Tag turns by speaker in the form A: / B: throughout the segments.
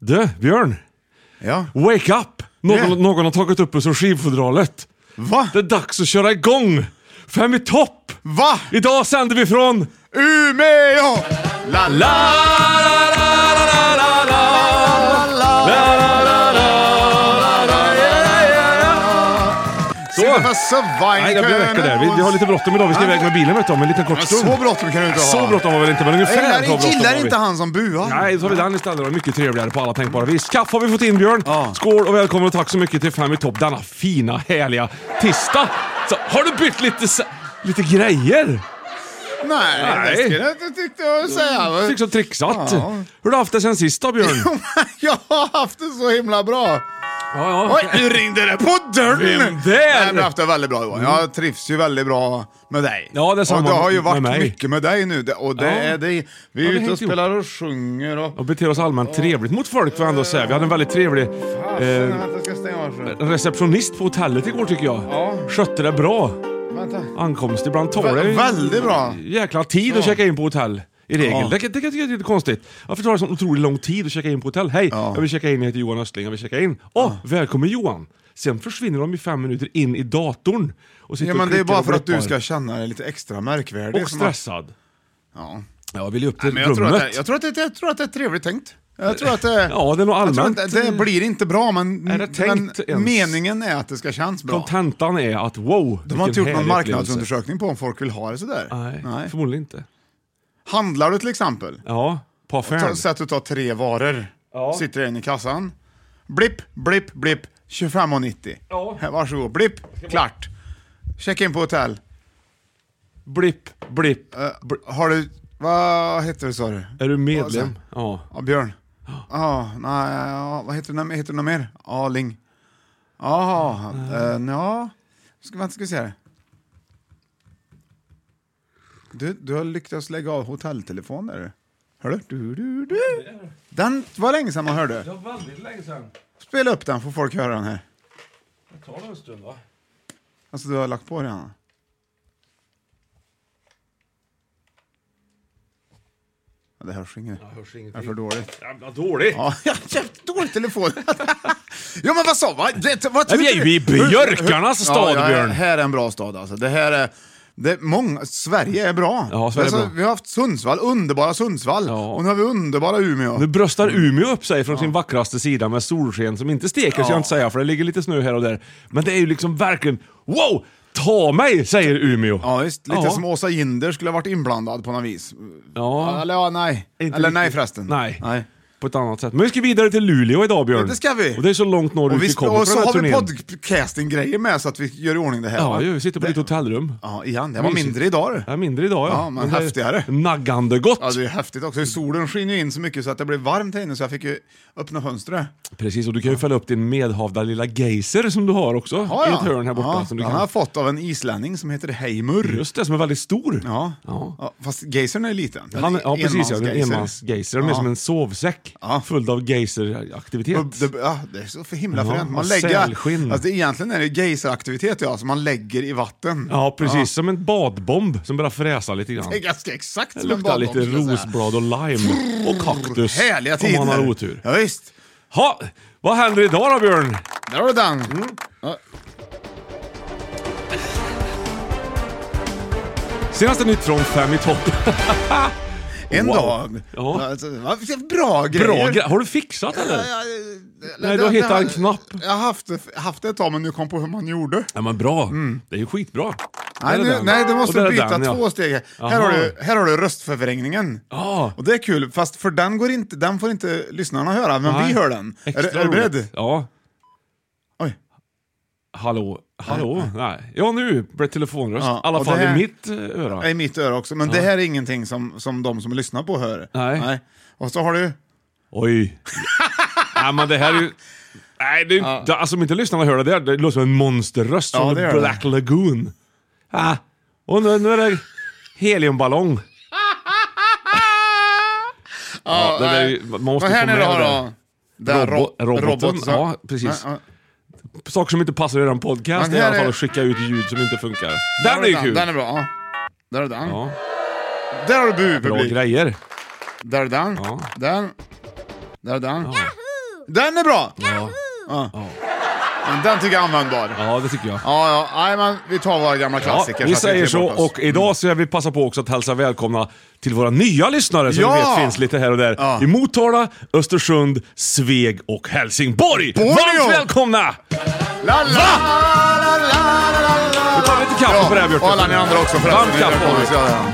A: Du, Björn!
B: Ja.
A: Wake up! Någon,
B: Ja.
A: någon har tagit upp oss ur skivfodralet.
B: Va?
A: Det är dags att köra igång! Fem i topp!
B: Va?
A: Idag sänder vi från...
B: Umeå! La la!
A: Så!
B: Massa
A: Nej, jag blir väck av det. Vi, vi har lite bråttom idag. Vi ska iväg med bilen vet du, om en liten kort stund.
B: Så bråttom kan du inte ha.
A: Så bråttom var väl inte, men
B: Jag
A: ungefär så
B: gillar,
A: bråttom
B: gillar
A: var vi.
B: inte han som buar.
A: Nej, då tar vi den istället. Det var mycket trevligare på alla tänkbara vis. Kaffe har vi fått in Björn. Skål och välkommen och tack så mycket till Fem i topp denna fina, härliga tisdag. Så, har du bytt lite, se- lite grejer?
B: Nej,
A: Nej. Mm.
B: det skulle jag inte tyckte jag att säga.
A: Trixat och trixat.
B: Ja.
A: Hur har du haft det sen sist då Björn?
B: Jag har haft det så himla bra.
A: ja, ja.
B: Oj, nu ringde det på dörren!
A: Vem där? Mm.
B: Nej, men jag har haft det väldigt bra Johan. Jag trivs ju väldigt bra med dig.
A: Ja, det är samma
B: Och det har ju
A: med
B: varit
A: mig.
B: mycket med dig nu. Det- Och det
A: Ja.
B: är det. Vi är
A: Ja, det
B: ute och
A: hängt ihop.
B: spelar och sjunger och...
A: Och beter oss allmänt trevligt mot folk får jag ändå säga. Vi hade en väldigt trevlig
B: Fasen,
A: eh,
B: vänta, jag ska stänga av så.
A: receptionist på hotellet igår tycker jag.
B: Ja.
A: Skötte det bra.
B: Vänta.
A: Ankomst. Ibland tar det
B: Vä- väldigt bra.
A: jäkla tid att checka in på hotell. I regel.
B: Ja.
A: Det, kan- det kan jag tycka är lite konstigt. Varför tar det så otroligt lång tid att checka in på hotell? Hej,
B: Ja.
A: jag vill checka in. Jag heter Johan Östling. Jag vill checka in. Åh, välkommen Johan! Sen försvinner de i fem minuter in i datorn. Och sitter
B: Ja,
A: och
B: men det är
A: klickar
B: bara
A: och
B: för att du
A: blippar.
B: ska känna dig lite extra märkvärdig.
A: Och
B: som att-
A: stressad.
B: Ja.
A: Ja, jag vill ju upp till
B: Men jag, tror att det,
A: rummet.
B: jag, tror att det, jag tror att det är trevligt tänkt. Jag tror att det,
A: Ja, det är nog
B: jag tror
A: allmänt.
B: att Det, det blir inte bra, men,
A: Är det tänkt
B: men
A: ens?
B: meningen är att det ska kännas bra.
A: Kontentan är att wow,
B: De har
A: vilken
B: inte gjort någon
A: härlig upplevelse.
B: marknadsundersökning på om folk vill ha det sådär.
A: Nej, förmodligen inte.
B: Handlar du till exempel,
A: Ja, på affären.
B: ta, så att du tar tre varor,
A: Ja.
B: sitter en i kassan, blipp, blipp, blipp, 25,90.
A: Ja.
B: Här, Varsågod, blipp, klart. Check in på hotell.
A: Blipp, blipp.
B: Eh, har du, vad heter du sa du?
A: Är du
B: Och sen-
A: medlem? Ja.
B: Ja, Björn. Ja, nej, ja, vad heter du, heter du något mer? Aling. Jaha, eh, ja. Ska, vänta, ska vi se här. Du, du har lyckats lägga av hotelltelefonen där. Hör du? du, du, du. Den var länge sedan man hörde.
A: Det var väldigt länge sedan.
B: Spela upp den, får folk höra den här.
A: Det tar en stund va?
B: Alltså du har lagt på redan. Ja, det hörs inget.
A: hörs
B: det
A: ingenting.
B: är för dåligt.
A: Jävla dåligt!
B: Ja, jävligt dålig telefon. ja men vad sa vad, det, vad
A: Nej, vi är ju i
B: Hur- hur-
A: björkarnas
B: hur-
A: stad,
B: ja,
A: Björn.
B: Ja, här är en bra stad alltså. Det här är... Det, är många, Sverige är bra.
A: Ja, Sverige är
B: Alltså,
A: bra.
B: Vi har haft Sundsvall, underbara Sundsvall.
A: Ja.
B: Och nu har vi underbara Umeå.
A: Nu bröstar
B: Mm.
A: Umeå upp sig från sin vackraste sida med solsken som inte steker, ska jag inte säga, för det ligger lite snö här och där. Men det är ju liksom verkligen wow! Ta mig, säger Umeå.
B: Ja visst, lite
A: Ja.
B: som Åsa Ginder skulle ha varit inblandad på något vis.
A: Ja.
B: Eller ja, nej.
A: Inte
B: Eller nej
A: riktigt.
B: förresten.
A: Nej.
B: nej.
A: på ett annat sätt. Men vi ska vidare till Luleå idag Björn.
B: Ja, det ska vi.
A: Och det är så långt norrut
B: Och,
A: vi,
B: vi,
A: kommer på
B: och
A: den
B: så
A: här
B: har vi
A: turnén.
B: podcasting-grejer med så att vi gör i ordning det här.
A: Ja,
B: va?
A: ju, vi sitter på
B: Det-
A: ditt hotellrum.
B: Ja, igen. Det var
A: Mysigt.
B: mindre idag.
A: Det är
B: det.
A: mindre idag ja.
B: Ja, men
A: det är
B: häftigare.
A: Naggande gott.
B: Ja, det är häftigt också. Solen skiner ju in så mycket så att det blev varmt här inne så jag fick ju öppna fönstret.
A: Precis, och du kan ju fälla upp din medhavda lilla geyser som du har också
B: Ja,
A: i
B: ja.
A: ett hörn här borta.
B: Ja,
A: som du
B: Han har
A: kan...
B: jag fått av en islänning som heter Heimur.
A: Just det, som är väldigt stor.
B: Ja.
A: Ja.
B: Ja, fast geysern är liten.
A: Han, ja, precis. Ja, en
B: Enmansgeyser.
A: enmansgeyser. De är
B: Ja.
A: som en sovsäck
B: Ja.
A: full av geyseraktivitet.
B: Och Det, ja, det är så för himla
A: Ja,
B: fränt. Man
A: och
B: lägger,
A: sälskinn.
B: alltså, egentligen är det geyseraktivitet ja, som man lägger i vatten.
A: Ja, precis. Som en badbomb som börjar fräsa lite grann.
B: Det är ganska exakt
A: Det
B: som en
A: luktar
B: badbomb.
A: lite
B: skulle jag säga.
A: rosblad och lime och kaktus.
B: Härliga
A: om
B: tider.
A: man har otur.
B: Ja, visst.
A: Ha, vad händer idag då Björn?
B: Där har du den.
A: Mm.
B: Ja.
A: Senaste nytt från Fem i topp.
B: En
A: Wow.
B: dag.
A: Ja.
B: Alltså, vad- bra grejer.
A: Bra gre- Har du fixat eller?
B: Ja, ja,
A: Nej, du har hittat en knapp.
B: Jag har haft, det- haft det ett tag men nu kom på hur man gjorde.
A: Ja men bra. Det är ju skitbra.
B: Mm. Nej,
A: Där är
B: nu,
A: den.
B: nej, du
A: Och
B: måste
A: där är
B: byta
A: den, ja.
B: två steg.
A: Aha.
B: Här har, du, här har du röstförvrängningen.
A: Ja.
B: Och det är kul, fast för den, går inte, den får inte lyssnarna höra, men
A: Nej.
B: vi hör den. Är,
A: Extra
B: du- är du beredd?
A: roligt. Ja.
B: Oj.
A: Hallå? Hallå? Nej. Ja nu blev telefonröst. I
B: Ja,
A: alla
B: och
A: fall
B: det här-
A: i mitt eh, öra.
B: I mitt öra också, men det här är ingenting som, som de som lyssnar på hör.
A: Nej.
B: Och så har du...
A: Oj. Nej men det här är ju... Nej, det är, ju- det, alltså om inte lyssnarna hör det där, det låter som en monsterröst
B: Ja,
A: från
B: det gör det.
A: Black Lagoon. Ah. Och nu, nu är det heliumballong. Ja, det där är ju- man måste
B: och här
A: få
B: nere
A: med
B: har
A: det
B: du...
A: där.
B: Där
A: Robo-
B: ro-
A: roboten,
B: roboten.
A: ja, precis.
B: Nej,
A: Saker som inte passar i en podcast
B: Men
A: är i alla
B: här
A: fall
B: är-
A: att skicka ut ljud som inte funkar.
B: ja.
A: Den är ju kul!
B: Den är bra. Ja. Där är den.
A: Ja,
B: Där har du
A: bra
B: bupublik.
A: grejer.
B: Där är den.
A: Ja.
B: Den. Där är den. Den är bra!
A: Ja.
B: Men Den tycker jag är användbar. Ja,
A: ja, det tycker jag.
B: ja. Nej, men vi tar våra gamla
A: Ja,
B: klassiker.
A: vi
B: så att
A: säger
B: inte
A: så
B: ger bort oss.
A: och idag så jag vill passa på också att hälsa välkomna till våra nya lyssnare som
B: Ja!
A: vi vet finns lite här och där.
B: Ja.
A: I Motala, Östersund, Sveg och Helsingborg.
B: Borneo!
A: Varmt välkomna!
B: La, la, la, la, la, la, la.
A: Vi tar lite kaffe på det här, Björk.
B: Och alla ni andra också förresten.
A: Varmt kaffe har vi.
B: Ja, ja.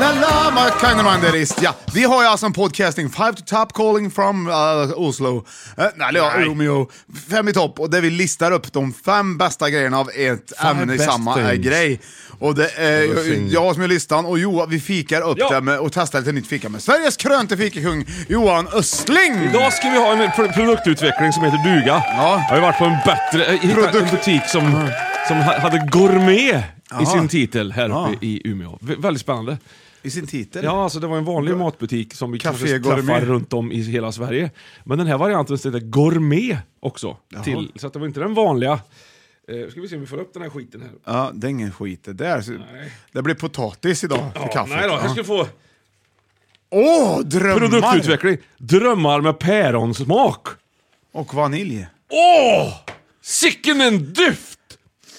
B: La la, my kind of mind that is. Ja, vi har ju alltså en podcasting, Five to top calling from uh, Oslo. Eh, nej, eller ja,
A: Nej.
B: Umeå. Fem i topp, och där vi listar upp de fem bästa grejerna av ett
A: Five
B: ämne i
A: best
B: samma eh,
A: things.
B: grej. Och det är ju- jag som är listan och Johan, vi fikar upp
A: Ja.
B: det med, och testar lite nytt fika med Sveriges krönte fikakung Johan Östling!
A: Idag ska vi ha en pro- produktutveckling som heter duga.
B: Ja.
A: Jag har ju varit på en bättre... eh, hittat
B: Produkt-
A: en butik som, som ha- hade gourmet i sin titel här
B: Ja.
A: uppe i Umeå. V- väldigt spännande.
B: I sin titel.
A: Ja, alltså det var en vanlig matbutik som vi
B: Café
A: kanske träffar
B: Gourmet.
A: runt om i hela Sverige. Men den här varianten heter Gourmet också. Till, så att det var inte den vanliga. Eh, ska vi se om vi får upp den här skiten här.
B: Ja, det är ingen skit det där. Så det blir potatis idag för
A: Ja,
B: kaffet.
A: nej då, här ska
B: Ja.
A: vi få
B: Åh, drömmar!
A: produktutveckling. Drömmar med päronsmak.
B: Och vanilj.
A: Åh! Sicken en duft!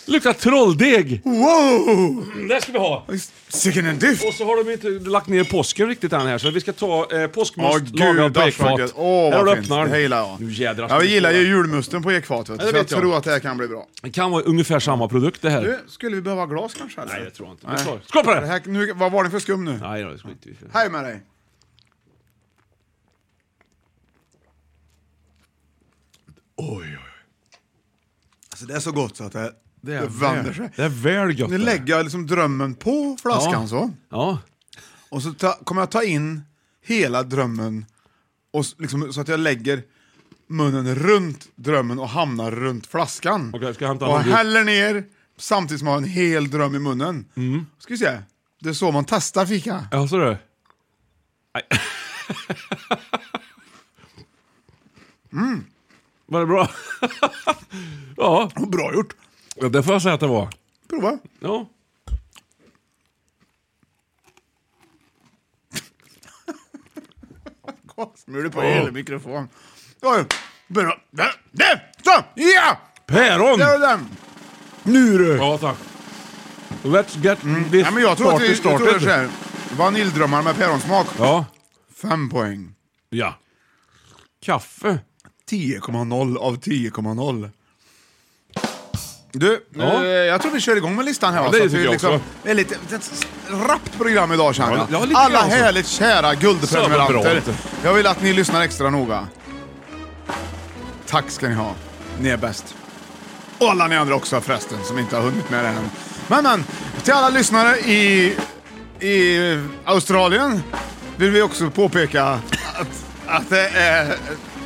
A: Luktar trolldeg.
B: Wow!
A: Mm, det ska vi ha.
B: Sicken en duft!
A: Och så har de inte lagt ner påsken riktigt än här, så vi ska ta eh, påskmust
B: Åh
A: lagad
B: gud,
A: på ekfat.
B: dagsverket. Åh
A: Här har
B: vad
A: du
B: fint.
A: öppnaren.
B: Det gillar jag.
A: Nu jädrar ska
B: jag
A: vi
B: gillar
A: skåla.
B: ju julmusten på ekfat vet
A: Ja,
B: du.
A: det
B: Så jag
A: vet jag.
B: tror att det här kan bli bra.
A: Det kan vara ungefär samma produkt det här.
B: Du, skulle vi behöva glas kanske? Eller?
A: Nej, jag tror inte. Men skål. Skål på
B: Det
A: det!
B: här, nu, vad var det för skum nu?
A: Nej då, det skiter vi i.
B: Hej med dig!
A: Oj, oj, oj.
B: Alltså det är så gott så att det,
A: Det
B: det,
A: är
B: vänder
A: väl-
B: sig.
A: Det är väl gött
B: Nu
A: det.
B: lägger jag liksom drömmen på flaskan
A: ja.
B: så.
A: Ja.
B: Och så ta, kommer jag ta in hela drömmen, och s- liksom, så att jag lägger munnen runt drömmen och hamnar runt flaskan.
A: Okej, ska jag hämta en
B: och
A: handduk?
B: häller ner samtidigt som jag har en hel dröm i munnen.
A: Mm.
B: Ska vi se, det är så man testar fika.
A: Ja, så du. Nej.
B: Mm.
A: Var det bra? ja.
B: Bra gjort!
A: ja, det får jag säga att det var.
B: Prova.
A: Ja.
B: Gasmul på
A: Ja.
B: hela mikrofonen. Oj, bra. Där, där, så! Ja!
A: Päron!
B: Där och den! Nu du!
A: Ja, tack. Let's get this
B: Mm. Ja, men jag tror att
A: party
B: det, jag tror det är
A: started.
B: så här. Vaniljdrömmar med päronsmak.
A: ja.
B: Fem poäng.
A: Ja. Kaffe.
B: 10,0 av 10,0. Du, nu,
A: Ja.
B: jag tror vi kör igång med listan här.
A: Ja,
B: va,
A: det
B: så att
A: tycker
B: vi
A: jag
B: liksom,
A: också.
B: det är lite, det är ett rappt program idag känner
A: Ja,
B: jag.
A: ja, lite
B: Alla
A: grann så.
B: härligt kära
A: Så bra,
B: guldprenumeranter.
A: inte.
B: Jag vill att ni lyssnar extra noga. Tack ska ni ha. Ni är bäst. Och alla ni andra också förresten, som inte har hunnit med det än. Men men, till alla lyssnare i, i Australien vill vi också påpeka att, att det är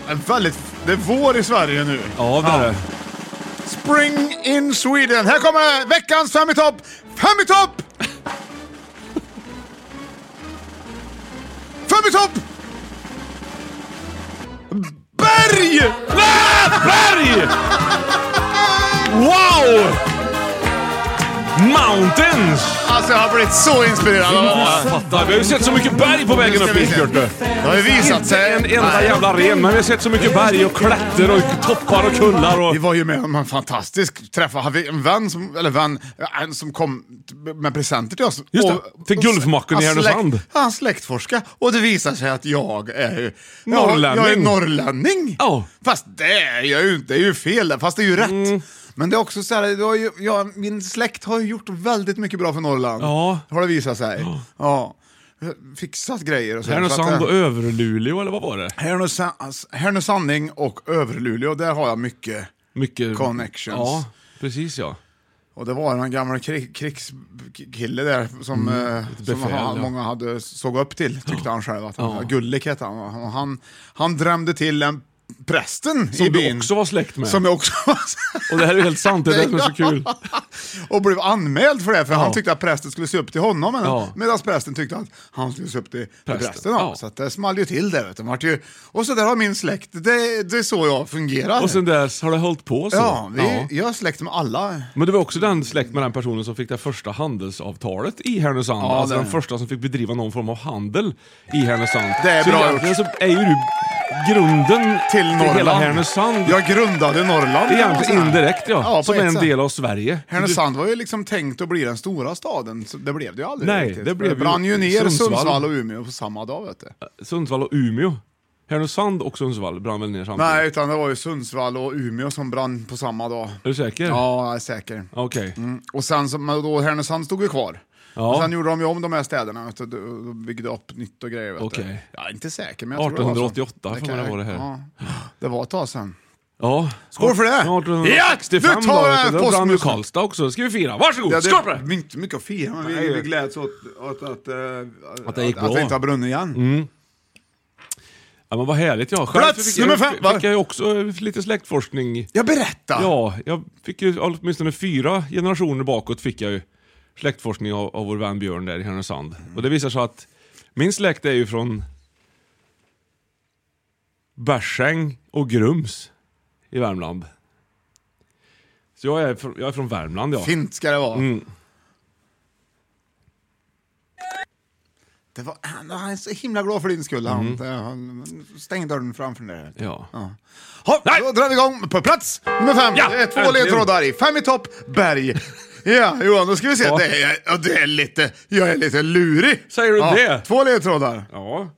B: en väldigt... Det är vår i Sverige nu.
A: Ja, det är det.
B: Spring in Sweden. Här kommer veckans Fem i topp! Fem i topp! Fem i topp! Berg!
A: Nej, Berg! Wow! Mountains!
B: Alltså jag har blivit så inspirerad av det här.
A: Fattar, vi har ju sett så mycket berg på vägen upp hit, Björte.
B: Det har ju visat sig...
A: En enda jävla ren, men vi har sett så mycket berg och klätter och toppar och kullar och...
B: Vi var ju med om en fantastisk träff. Har vi en vän som, eller vän, ja, en som kom t- med presenter till oss.
A: Just det, till Gulfmacken i
B: hans
A: Härnösand.
B: släkt- Han släktforskar och det visar sig att jag är ju... ja,
A: Norrlänning.
B: Jag är norrlänning.
A: Ja. Mm.
B: Fast det är jag ju inte. Det är ju fel, där, fast det är ju rätt. Men det är också så här, det har ju, ja, min släkt har ju gjort väldigt mycket bra för Norrland.
A: Ja.
B: Har det visat sig. Ja. Fixat grejer och så. Så att,
A: Härnösand
B: eh,
A: och Överluleå, eller vad var det?
B: Härnösand- Härnösandning och Överluleå, där har jag mycket.
A: Mycket...
B: Connections.
A: Ja, precis ja.
B: Och det var en gammal krig, krigskille där som, eh, som
A: Mm, befäl,
B: han,
A: ja.
B: många hade såg upp till, tyckte han själv. Att han, Gullik hette han. Och han- han. Han drömde till en prästen i
A: Som
B: byn.
A: du också var släkt med.
B: Som jag också var.
A: Och det här är ju helt sant, det är det som är så kul.
B: och blev anmäld för det, för han tyckte att prästen skulle se upp till honom. Men,
A: Ja.
B: Medan prästen tyckte att han skulle se upp till prästen.
A: Prästen,
B: Till prästen ja.
A: ja.
B: Så att det small ju till där. Vet du. Det vart Ju, och så där har min släkt, det, det är så jag fungerar.
A: Och sen dess har det hållit på så.
B: ja, vi, jag har släkt med alla.
A: Men det var också den släkt med den personen som fick det första handelsavtalet i Härnösand.
B: Ja,
A: alltså
B: det-
A: den första som fick bedriva någon form av handel i Härnösand.
B: Det är
A: så
B: bra
A: egentligen så är ju du grunden
B: till Norrland.
A: hela Härnösand.
B: Jag grundade Norrland. kan man säga.
A: Egentligen indirekt ja,
B: Ja, på
A: som
B: ett
A: är en
B: sätt.
A: del av Sverige.
B: Härnösand var ju liksom tänkt att bli den stora staden, så det blev det ju aldrig
A: Nej,
B: riktigt.
A: det blev
B: det brann
A: ju
B: ju ner Sundsvall.
A: Sundsvall.
B: och Umeå på samma dag vet du.
A: Du- Sundsvall och Umeå. Härnösand och Sundsvall brann väl ner samtidigt?
B: Nej, utan det var ju Sundsvall och Umeå som brann på samma dag.
A: Är du säker?
B: Ja, jag är säker.
A: Okej.
B: Mm. Och sen så, men då Härnösand stod ju kvar.
A: Ja.
B: Och sen gjorde de ju om de här städerna vet du, och byggde upp nytt och grejer. Vet du.
A: Okej.
B: Jag är inte säker, men jag tror
A: 1888
B: det var
A: får
B: så.
A: man
B: kan-
A: vara det här.
B: Ja. Det var ett tag sedan.
A: Ja.
B: Skål för det!
A: 1865
B: Ja, du tar
A: då,
B: den
A: vet
B: här
A: Då brann ju
B: postmusen.
A: Karlstad också, det ska vi fira. Varsågod,
B: Ja, det
A: skål på det!
B: är inte mycket att fira, men vi,
A: Nej.
B: vi gläds åt, åt att, eh, att,
A: det gick
B: att
A: bra. Mm.
B: det inte har brunnit igen.
A: Ja, men vad härligt ja. Själv
B: Plats
A: fick, jag-
B: nummer fem, va?
A: fick jag ju också eh, lite släktforskning.
B: Jag berättar!
A: Ja, jag fick ju åtminstone fyra generationer bakåt fick jag ju släktforskning av, av vår vän Björn där i Härnösand. Och det visar sig att min släkt är ju från Bärsäng och Grums i Värmland. Så jag är, fr- jag är från Värmland ja.
B: Fint ska det vara.
A: Mm.
B: Det var, han, han är så himla glad för din skull. Han,
A: Mm.
B: han stäng dörren framför dig.
A: Ja.
B: Ha,
A: Nej!
B: då drar vi igång på plats nummer fem.
A: Ja,
B: det är två
A: äntligen.
B: ledtrådar i. Fem i topp, berg. Ja, Johan, då ska vi se.
A: Ja.
B: Det är, ja, det är lite, jag är lite lurig.
A: Säger du
B: ja,
A: det?
B: Två ledtrådar.
A: Ja.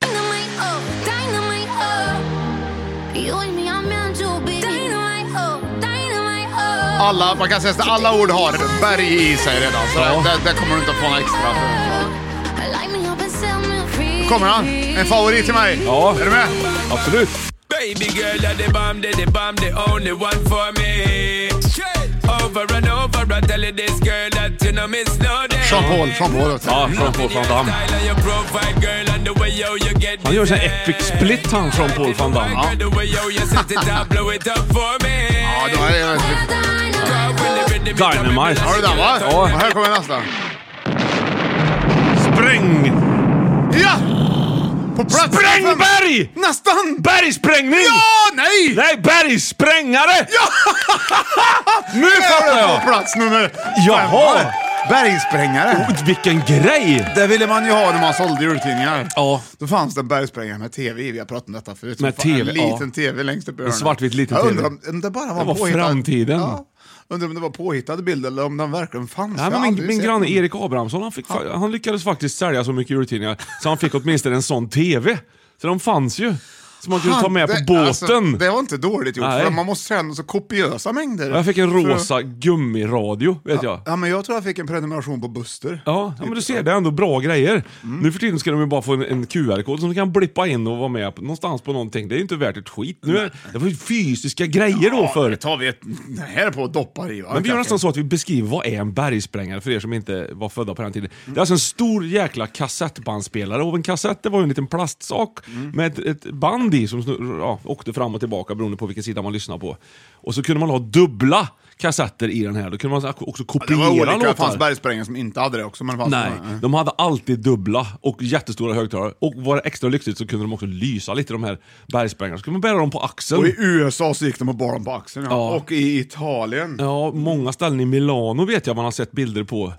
C: Dynamite, oh, dynamite, oh. You and me are meant to be. Dynamite, oh, dynamite, oh.
B: Alla, man kan säga att alla ord har berg i sig redan, så
A: Ja.
B: det, det kommer du inte att få något extra för.
C: Light me up and set me free.
B: kommer han. En favorit till mig.
A: Ja.
B: Är du med?
A: Absolut.
D: Baby girl, you're the bomb, the, the bomb, the only one for me. Over and over, I tell you this girl that you know miss no day.
B: Sean Paul, Sean Paul.
A: Ja, Sean Paul van Damme.
D: Style and your profile, girl, and the way how you get
A: Han gör sån här epic split han från Paul van Damme.
D: Girl, the way how you set it up, blow it up for me.
B: Ja, då är det...
D: Girl, when the rhythm is coming,
A: Dynamite.
B: Har du den va?
A: Ja.
B: Och här kommer nästa.
A: Spräng!
B: Ja! På plats fem.
A: Sprängberg!
B: Nästan!
A: Bergsprängning!
B: Ja, nej!
A: Nej, bergsprängare! nu
B: Där
A: fattar
B: är det På
A: jag!
B: plats nummer
A: Jaha.
B: fem. Bergsprängare.
A: Oh, Vilken grej!
B: Oh, Det ville man ju ha när man sålde jultidningar.
A: Ja.
B: Då fanns det en bergsprängare med TV i. Vi har pratat om detta förut.
A: Med
B: Så fan,
A: TV,
B: En
A: ja.
B: liten TV längst upp i hörnet.
A: svartvit liten
B: Jag undrar
A: TV.
B: om- om det bara var,
A: Det var
B: påhittad-
A: framtiden.
B: Ja. Undrar om det var påhittade bilder eller om den verkligen fanns.
A: Nej,
B: Jag
A: men
B: har
A: min
B: aldrig
A: min
B: sett
A: granne
B: den.
A: Erik Abrahamsson han, fick, fa- han lyckades faktiskt sälja så mycket jultidningar så han fick åtminstone en sån TV. Så de fanns ju. som man kunde ta med på
B: Det-
A: båten.
B: Alltså, det var inte dåligt gjort,
A: Nej.
B: för man måste träna så kopiösa mängder.
A: Jag fick en
B: För-
A: rosa gummiradio, vet jag.
B: Ja, men jag tror jag fick en prenumeration på Buster.
A: Ja, ja, men du ser, det är ändå bra grejer.
B: Mm.
A: Nu för tiden ska de ju bara få en, en QR-kod som du kan blippa in och vara med på, någonstans på någonting. Det är ju inte värt ett skit. Nu är, det var ju fysiska grejer då
B: det
A: förr.
B: tar vi ett det här på och doppar i. va?
A: Men vi gör
B: Kanske.
A: nästan så att vi beskriver vad är en bergsprängare för er som inte var födda på den tiden. Det är alltså en stor jäkla kassettbandspelare och en kassett det var ju en liten plastsak med ett, ett band i som snur- ja, åkte fram och tillbaka beroende på vilken sida man lyssnade på. Och så kunde man ha dubbla kassetter i den här, då kunde man också
B: Det
A: kopiera
B: var olika, det fanns
A: låtar.
B: bergsprängare som inte hade det också. Men det fanns
A: Nej,
B: några, eh.
A: de hade alltid dubbla och jättestora högtalare. Och var det extra lyxigt så kunde de också lysa lite, de här bergsprängarna. Så kunde man bära dem på
B: Och i
A: axeln.
B: USA så gick de och bar dem på axeln. Ja.
A: Ja.
B: Och i Italien.
A: Ja, många ställen i Milano vet jag man har sett bilder på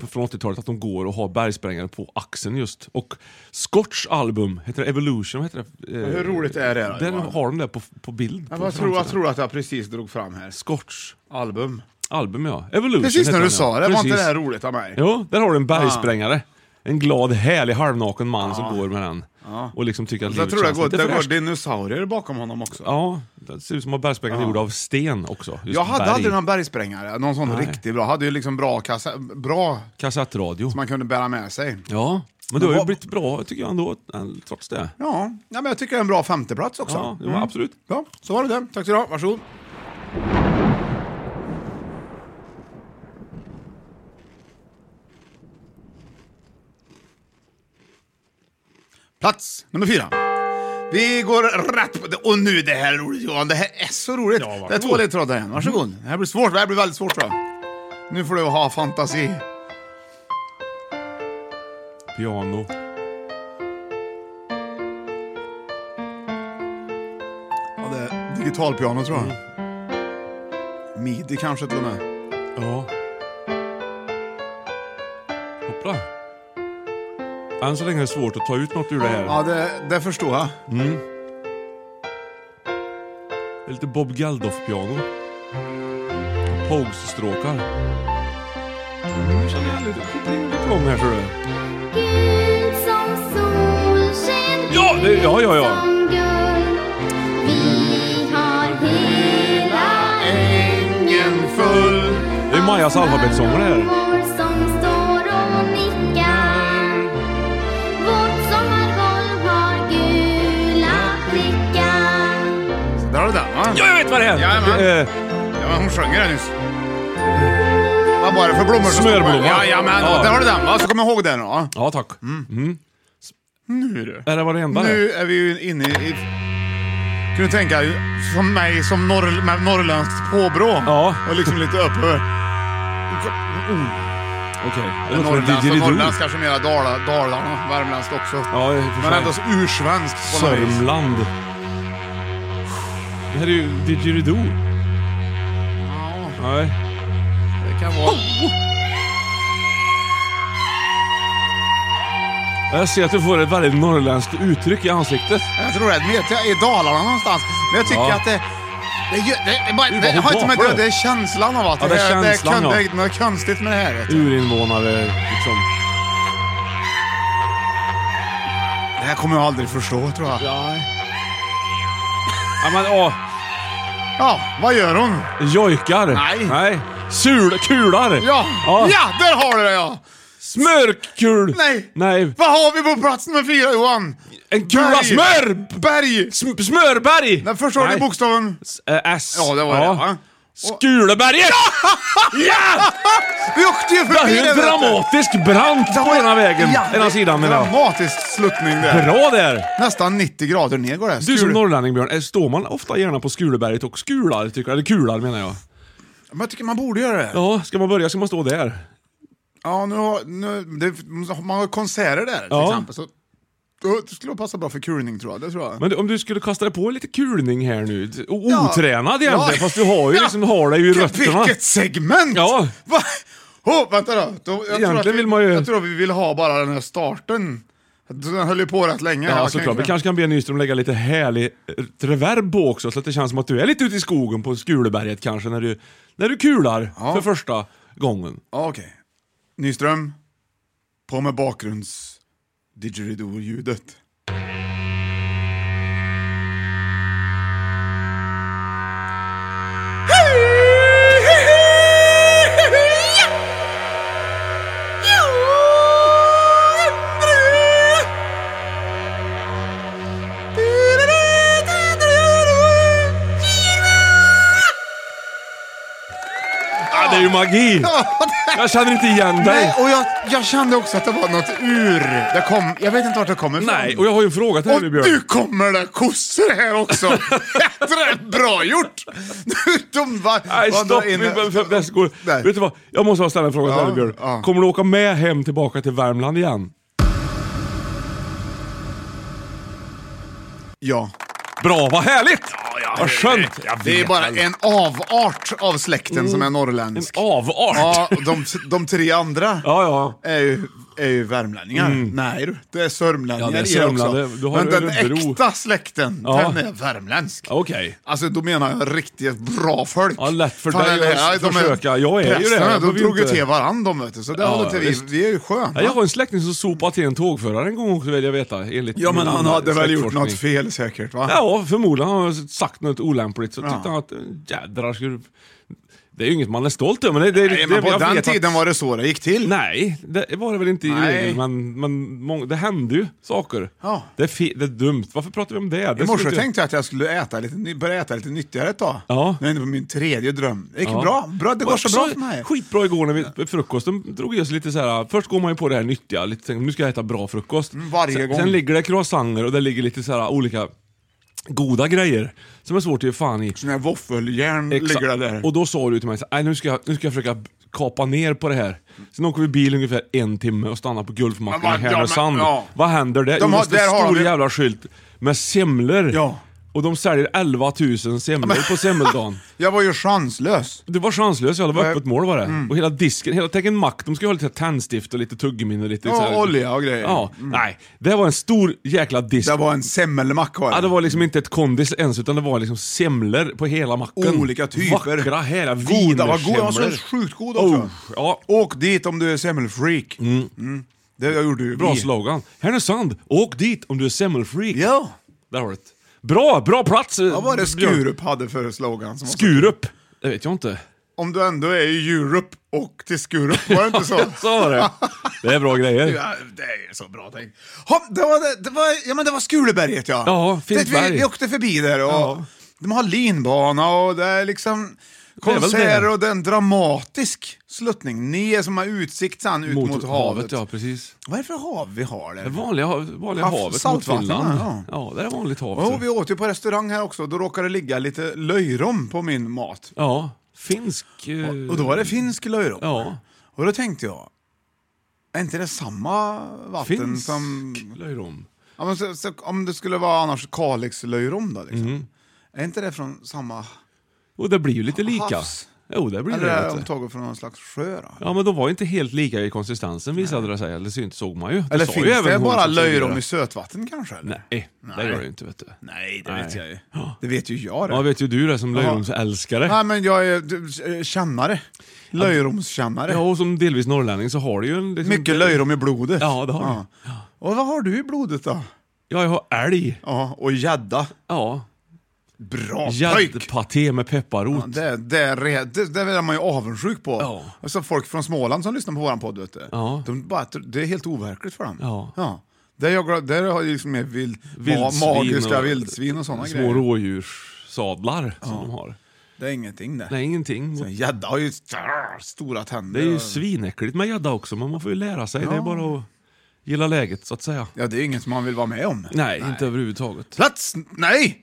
A: på- från 80-talet att de går och har bergsprängare på axeln just. Och Scotch album, heter det Evolution? Heter det? Eh,
B: Hur roligt är det? då,
A: Den
B: Johan?
A: har de där på, på bild.
B: jag,
A: på
B: bara tror, jag
A: framsidan.
B: tror att jag precis drog fram här.
A: Scotch
B: Album.
A: album ja. Evolution
B: Precis
A: heter
B: när
A: den,
B: du
A: ja.
B: sa det, var inte det
A: Precis.
B: här Ah. roligt av mig?
A: Jo, där har du en bergsprängare. En glad, härlig, halvnaken man som går med den. Och liksom tycker att
B: Ah. Jag
A: livet
B: tror det
A: känns
B: går,
A: lite
B: det går
A: fräscht.
B: dinosaurier bakom honom också.
A: Ja, det ser ut som att bergsprängaren är gjord av sten också. Just
B: Ah. jag hade
A: berg.
B: aldrig någon bergsprängare, någon sån riktigt bra. Hade ju liksom bra kassa, bra
A: Kassettradio.
B: som man kunde bära med sig.
A: Ja, men det har ju
B: vad-
A: blivit bra tycker jag ändå, eh, trots det.
B: Ja, ja men jag tycker det är en bra femteplats också.
A: Ja, jo,
B: Mm.
A: absolut.
B: Ja, så var det det. Tack så du ha. Varsågod. Plats nummer fyra. Vi går rätt på det. Och nu det här är roligt Johan, det här är så roligt. det är två ledtrådar igen, varsågod. Det här blir svårt, det här blir väldigt svårt tror jag. Nu får du ha fantasi.
A: Piano.
B: Ja, det är digitalpiano tror jag. Midi kanske till och med.
A: Ja. Hoppla. Än så länge är det svårt att ta ut något ur det här.
B: Ja, det, det förstår jag.
A: Det är lite Bob Geldof-piano. Pogues-stråkar. Nu känner jag lite koppling lite lång här ser du. Ja, det, ja, ja, ja.
B: Ängen full.
A: Det är Majas alfabetsånger det här.
B: Där har du den va?
A: Ja, jag vet vad det är!
B: Jajamän.
A: Det är
B: Ja, men hon sjöng den nyss. Mm. Vad var det för blommor? som stod på-
A: Smörblomma.
B: Jajamän,
A: Ja.
B: där har du den va? Så kom jag ihåg den va?
A: ja, tack.
B: Nu du.
A: Är det vad det enda är?
B: Mm. Nu är vi ju inne i... Kan du tänka som mig som norr, med norrländskt påbrå?
A: Ja.
B: Och liksom lite upp över...
A: Okej. Det låter som en
B: Norrländskt och
A: didgeridoo.
B: norrländskt kanske mera Dala, Dalarna, värmländskt också.
A: Ja, i och för
B: Men
A: sig.
B: ändå så ursvenskt på något vis.
A: Sörmland. Det här är ju didgeridoo. Nej.
B: Det kan vara...
A: Jag ser att du får ett väldigt norrländskt uttryck i ansiktet.
B: Jag tror det. Vet jag, i Dalarna någonstans. Men jag tycker
A: Ja.
B: att det... Det, gör- det, det, bara,
A: Det är
B: det,
A: bara
B: har inte med
A: bakar
B: det
A: det.
B: Det är känslan av att
A: Ja, det är känslan,
B: det, är,
A: ja.
B: det, är, något konstigt med det här. Vet du.
A: Urinvånare, liksom.
B: Det här kommer jag aldrig förstå tror jag.
A: Ja. Ja, men åh.
B: Ja, vad gör hon?
A: Jojkar.
B: Nej.
A: Nej. Sul, kular.
B: Ja, ja.
A: ja.
B: där har du det ja!
A: Smörkul.
B: Nej.
A: Nej.
B: Vad har vi på plats nummer fyra Johan?
A: En kula
B: Berg.
A: smör!
B: Berg!
A: Sm- smörberg!
B: Den första har du
A: Nej.
B: bokstaven...
A: S- eh, S.
B: Ja, det var det, va?
A: Skuleberget! Ja!
B: Vi åkte ju
A: Det är
B: förbi
A: ju en
B: vet du.
A: dramatisk brant på ena vägen.
B: Ja,
A: ena sidan menar jag.
B: Dramatisk sluttning där.
A: Bra där!
B: Nästan 90 grader ner går det.
A: Du som
B: Skul-
A: norrlänning Björn, eh, står man ofta gärna på Skuleberget och skular? Tycker jag. Eller kular menar jag.
B: Men jag tycker man borde göra det.
A: Ja, ska man börja ska man stå där.
B: Ja, nu har, nu, det, man har konserter där till
A: Ja.
B: exempel. Så, då- det skulle passa bra för kurning tror jag. Det tror jag.
A: Men du- om du skulle kasta dig på lite kulning här nu, d- o-
B: Ja.
A: otränad
B: Ja.
A: egentligen, fast du har ju
B: Ja.
A: liksom, har dig ju i rötterna.
B: Vilket segment!
A: Ja.
B: Va? Oh, vänta då. då jag tror att vi,
A: Egentligen vill man ju-
B: Jag tror att vi vill ha bara den här starten. Den höll ju på rätt länge. Jag
A: Ja,
B: kan
A: såklart.
B: ju-
A: Vi kanske kan be Nyström lägga lite härlig eh, reverb på också, så att det känns som att du är lite ute i skogen på Skuleberget kanske, när du, när du kular för första gången.
B: Ja, okej. Nyström, på med bakgrunds didgeridoo-ljudet.
A: Ja, det är ju magi! Jag känner inte igen dig.
B: Nej, och jag, jag kände också att det var något ur. Det kom, jag vet inte vart det kommer ifrån.
A: Nej, och jag har ju en fråga till dig
B: Och
A: nu, Björn.
B: nu kommer det kossor här också! Jädrar, bra gjort! De var,
A: Nej
B: var
A: stopp,
B: där
A: vi
B: inne.
A: behöver fem bäst går.
B: Nej.
A: Vet du vad, jag måste bara ställa en fråga till
B: Ja,
A: dig Björn.
B: ja.
A: Kommer du åka med hem tillbaka till Värmland igen?
B: Ja.
A: Bra, vad härligt! vad skönt!
B: Det är bara en avart av släkten som
A: Mm.
B: är
A: En
B: norrländsk.
A: avart!
B: Ja, och de, de tre andra
A: Ja, ja.
B: är ju, är ju värmlänningar. Nej du, det är sörmlänningar
A: Mm. Ja, det är
B: i det
A: sörmlänningar.
B: också.
A: Du har
B: Men den
A: Örebro.
B: äkta släkten,
A: Ja.
B: den är värmländsk.
A: Okej.
B: Alltså då menar jag riktigt bra folk.
A: Ja, lätt för
B: Fan,
A: dig
B: den
A: att
B: här-
A: s- försöka. Jag är ju det.
B: prästerna,
A: Jag
B: De
A: behöver
B: drog ju
A: inte-
B: till varandra de vet du, så det
A: Ja,
B: håller inte vi.
A: visst.
B: Vi är ju sköna.
A: Ja, jag har en släkting som sopade till en tågförare en gång också vill jag veta. Enligt
B: Ja men
A: min
B: han hade väl gjort
A: släktforskning.
B: något fel säkert va?
A: Ja, förmodligen har han sagt något olämpligt. Så tyckte han att jädrar skulle... du-" Det är ju inget man är stolt över. Men det, det,
B: Nej, men
A: det,
B: på
A: jag
B: den
A: vet att-
B: tiden var det så det gick till.
A: Nej, det var det väl inte i
B: Nej.
A: regel, men, men mång- det hände ju saker.
B: Ja.
A: Det, är fe- det är dumt. Varför pratar vi om det? det
B: I morse
A: skulle inte-
B: tänkte jag att jag skulle äta lite, ny- börja äta lite nyttigare ett tag.
A: Ja.
B: Nu är jag inne på min tredje dröm. Det gick
A: Ja.
B: bra. bra. Det går så
A: Också
B: bra för mig.
A: Skitbra igår när vi på frukosten drog i oss lite så här. först går man ju på det här nyttiga, lite, tänker, nu ska jag äta bra frukost.
B: Mm, varje
A: sen,
B: gång.
A: sen ligger det croissanter och det ligger lite så här olika goda grejer som är svårt att ge fan i.
B: Sån här våffeljärn
A: Exakt.
B: ligger det där.
A: Och då sa du till mig så här, "Nej, nu ska, jag, nu ska jag försöka kapa ner på det här. Sen åker vi bil ungefär en timme och stannar på Gulfmacken
B: Men
A: i
B: vad- ja, men-
A: Härnösand.
B: ja.
A: Vad händer där?
B: De har-
A: jo, det
B: där
A: är
B: har
A: stor
B: de ju-
A: jävla skylt med semlor.
B: Ja.
A: Och de säljer 11 000 semlor på semmeldagen.
B: Jag var ju chanslös.
A: Det var chanslöst, det var
B: Nej. Mm.
A: öppet mål var det. Och hela disken, hela tänk en mack, de ska ju ha lite så här tändstift och lite tuggummin och lite
B: Ja,
A: så här,
B: olja och grejer. Mm.
A: Ja, nej. Det var en stor jäkla disk.
B: Det var en semmelmacka var
A: Ja, det var liksom inte ett kondis ens, utan det var liksom semlor på hela macken.
B: Olika typer.
A: Vackra, hela
B: Goda, vad goda. De var så
A: wienersemlor.
B: sjukt goda också.
A: Oh, ja.
B: Åk dit om du är semmelfreak. Mm. Det jag gjorde ju
A: Bra
B: vi.
A: slogan. Härnösand, åk dit om du är semmelfreak.
B: Ja.
A: Där har du det. Bra, bra plats!
B: Vad var det Skurup hade för slogan? Som var så-
A: Skurup? Det vet jag inte.
B: Om du ändå är i Europe, och till Skurup. Var det inte så?
A: Så var det. Det är bra grejer.
B: Ja, det är så bra tänkt. Ha, det, var, det, det, var, ja, men det var Skuleberget ja.
A: Ja, fint
B: Det- vi,
A: berg.
B: vi åkte förbi där och de har linbana och det är liksom
A: är väl
B: konserter
A: det.
B: och det är en dramatisk sluttning ner som har utsikt sen ut mot, havet.
A: ja precis.
B: Vad är det för hav vi har där?
A: Det vanliga, vanliga
B: Havs-
A: havet mot
B: saltvatten,
A: Finland.
B: ja.
A: Ja. det är vanligt hav.
B: Jo,
A: så.
B: vi åt ju på restaurang här också, då råkade det ligga lite löjrom på min mat.
A: Ja, finsk... eh,
B: Och- Och då var det finsk löjrom.
A: Ja.
B: Och då tänkte jag, är inte det samma vatten
A: Finsk
B: som...
A: löjrom.
B: Ja, men så, så, om det skulle vara annars Kalixlöjrom då liksom.
A: Mhm.
B: Är inte det från samma...
A: Och det blir ju lite lika.
B: Havs.
A: Jo, det blir
B: Eller
A: det.
B: är
A: vet
B: de
A: du.
B: taget från någon slags sjö då?
A: Ja men de var ju inte helt lika i konsistensen visade det sig, eller så inte såg man ju. Det
B: Eller
A: sa
B: finns
A: ju
B: det,
A: även hon
B: bara
A: som såg
B: löjrom
A: det.
B: i sötvatten kanske? Eller?
A: Nej, det gör det ju inte vet du.
B: Nej, det vet
A: Nej.
B: jag ju. Det vet ju jag det.
A: Ja vet ju du det som
B: Jaha.
A: löjromsälskare.
B: Nej, men jag är du, eh, kännare. Löjromskännare.
A: Ja och som delvis norrlänning så har du ju en... Liksom,
B: Mycket löjrom i blodet.
A: Ja, det har du.
B: Och vad har du i blodet då?
A: Ja jag har älg.
B: Ja, och gädda.
A: Ja.
B: Bra pojk!
A: Gäddpaté med pepparrot.
B: Ja, Det, det, är re- det, det är man ju avundsjuk på.
A: Ja.
B: Alltså folk från Småland som lyssnar på våran podd, vet du.
A: Ja.
B: De bara, det är helt overkligt för dem.
A: Ja.
B: Där, jag, gra- där har jag liksom mer vild,
A: Vildsvin
B: ma- magiska
A: och-
B: vildsvin och sådana
A: Små
B: grejer.
A: rådjurssadlar som de har.
B: Det är ingenting det.
A: Nej ingenting.
B: Så en Gädda har ju tar, stora tänder.
A: Det är ju
B: och-
A: svinäckligt med gädda också, men man får ju lära sig. Det är bara att gilla läget så att säga.
B: Ja, det är inget man vill vara med om.
A: Nej, inte överhuvudtaget.
B: Plats! Nej!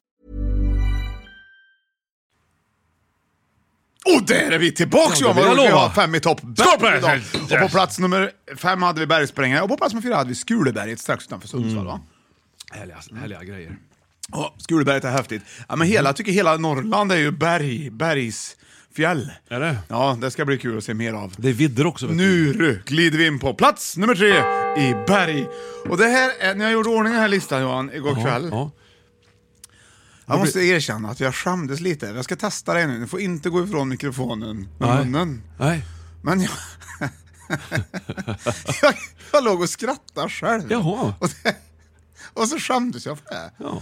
B: Och där är vi tillbaka
A: Ja,
B: Johan!
A: det
B: Vad
A: vill jag
B: roligt vi
A: lova.
B: har fem i topp
A: Skål på
B: idag.
A: er!
B: Och på plats nummer fem hade vi bergssprängare och på plats nummer fyra hade vi Skuleberget strax utanför
A: Mm.
B: Sundsvall. Va?
A: Härliga,
B: Mm.
A: härliga grejer.
B: Ja, Skuleberget är häftigt. Ja, men
A: Mm.
B: hela, jag tycker hela Norrland är ju berg, bergsfjäll.
A: Är det?
B: Ja, det ska bli kul att se mer av.
A: Det är vidder också. Vet du.
B: Nu glider vi in på plats nummer tre i berg. Och det här, är, när jag gjorde ordning den här listan Johan, igår kväll.
A: Ja.
B: Jag måste erkänna att jag skämdes lite. Jag ska testa dig nu, du får inte gå ifrån mikrofonen med
A: Nej.
B: munnen.
A: Nej.
B: Men jag... jag, jag låg och skrattade själv.
A: Jaha.
B: Och, det, och så skämdes jag för det.
A: Ja.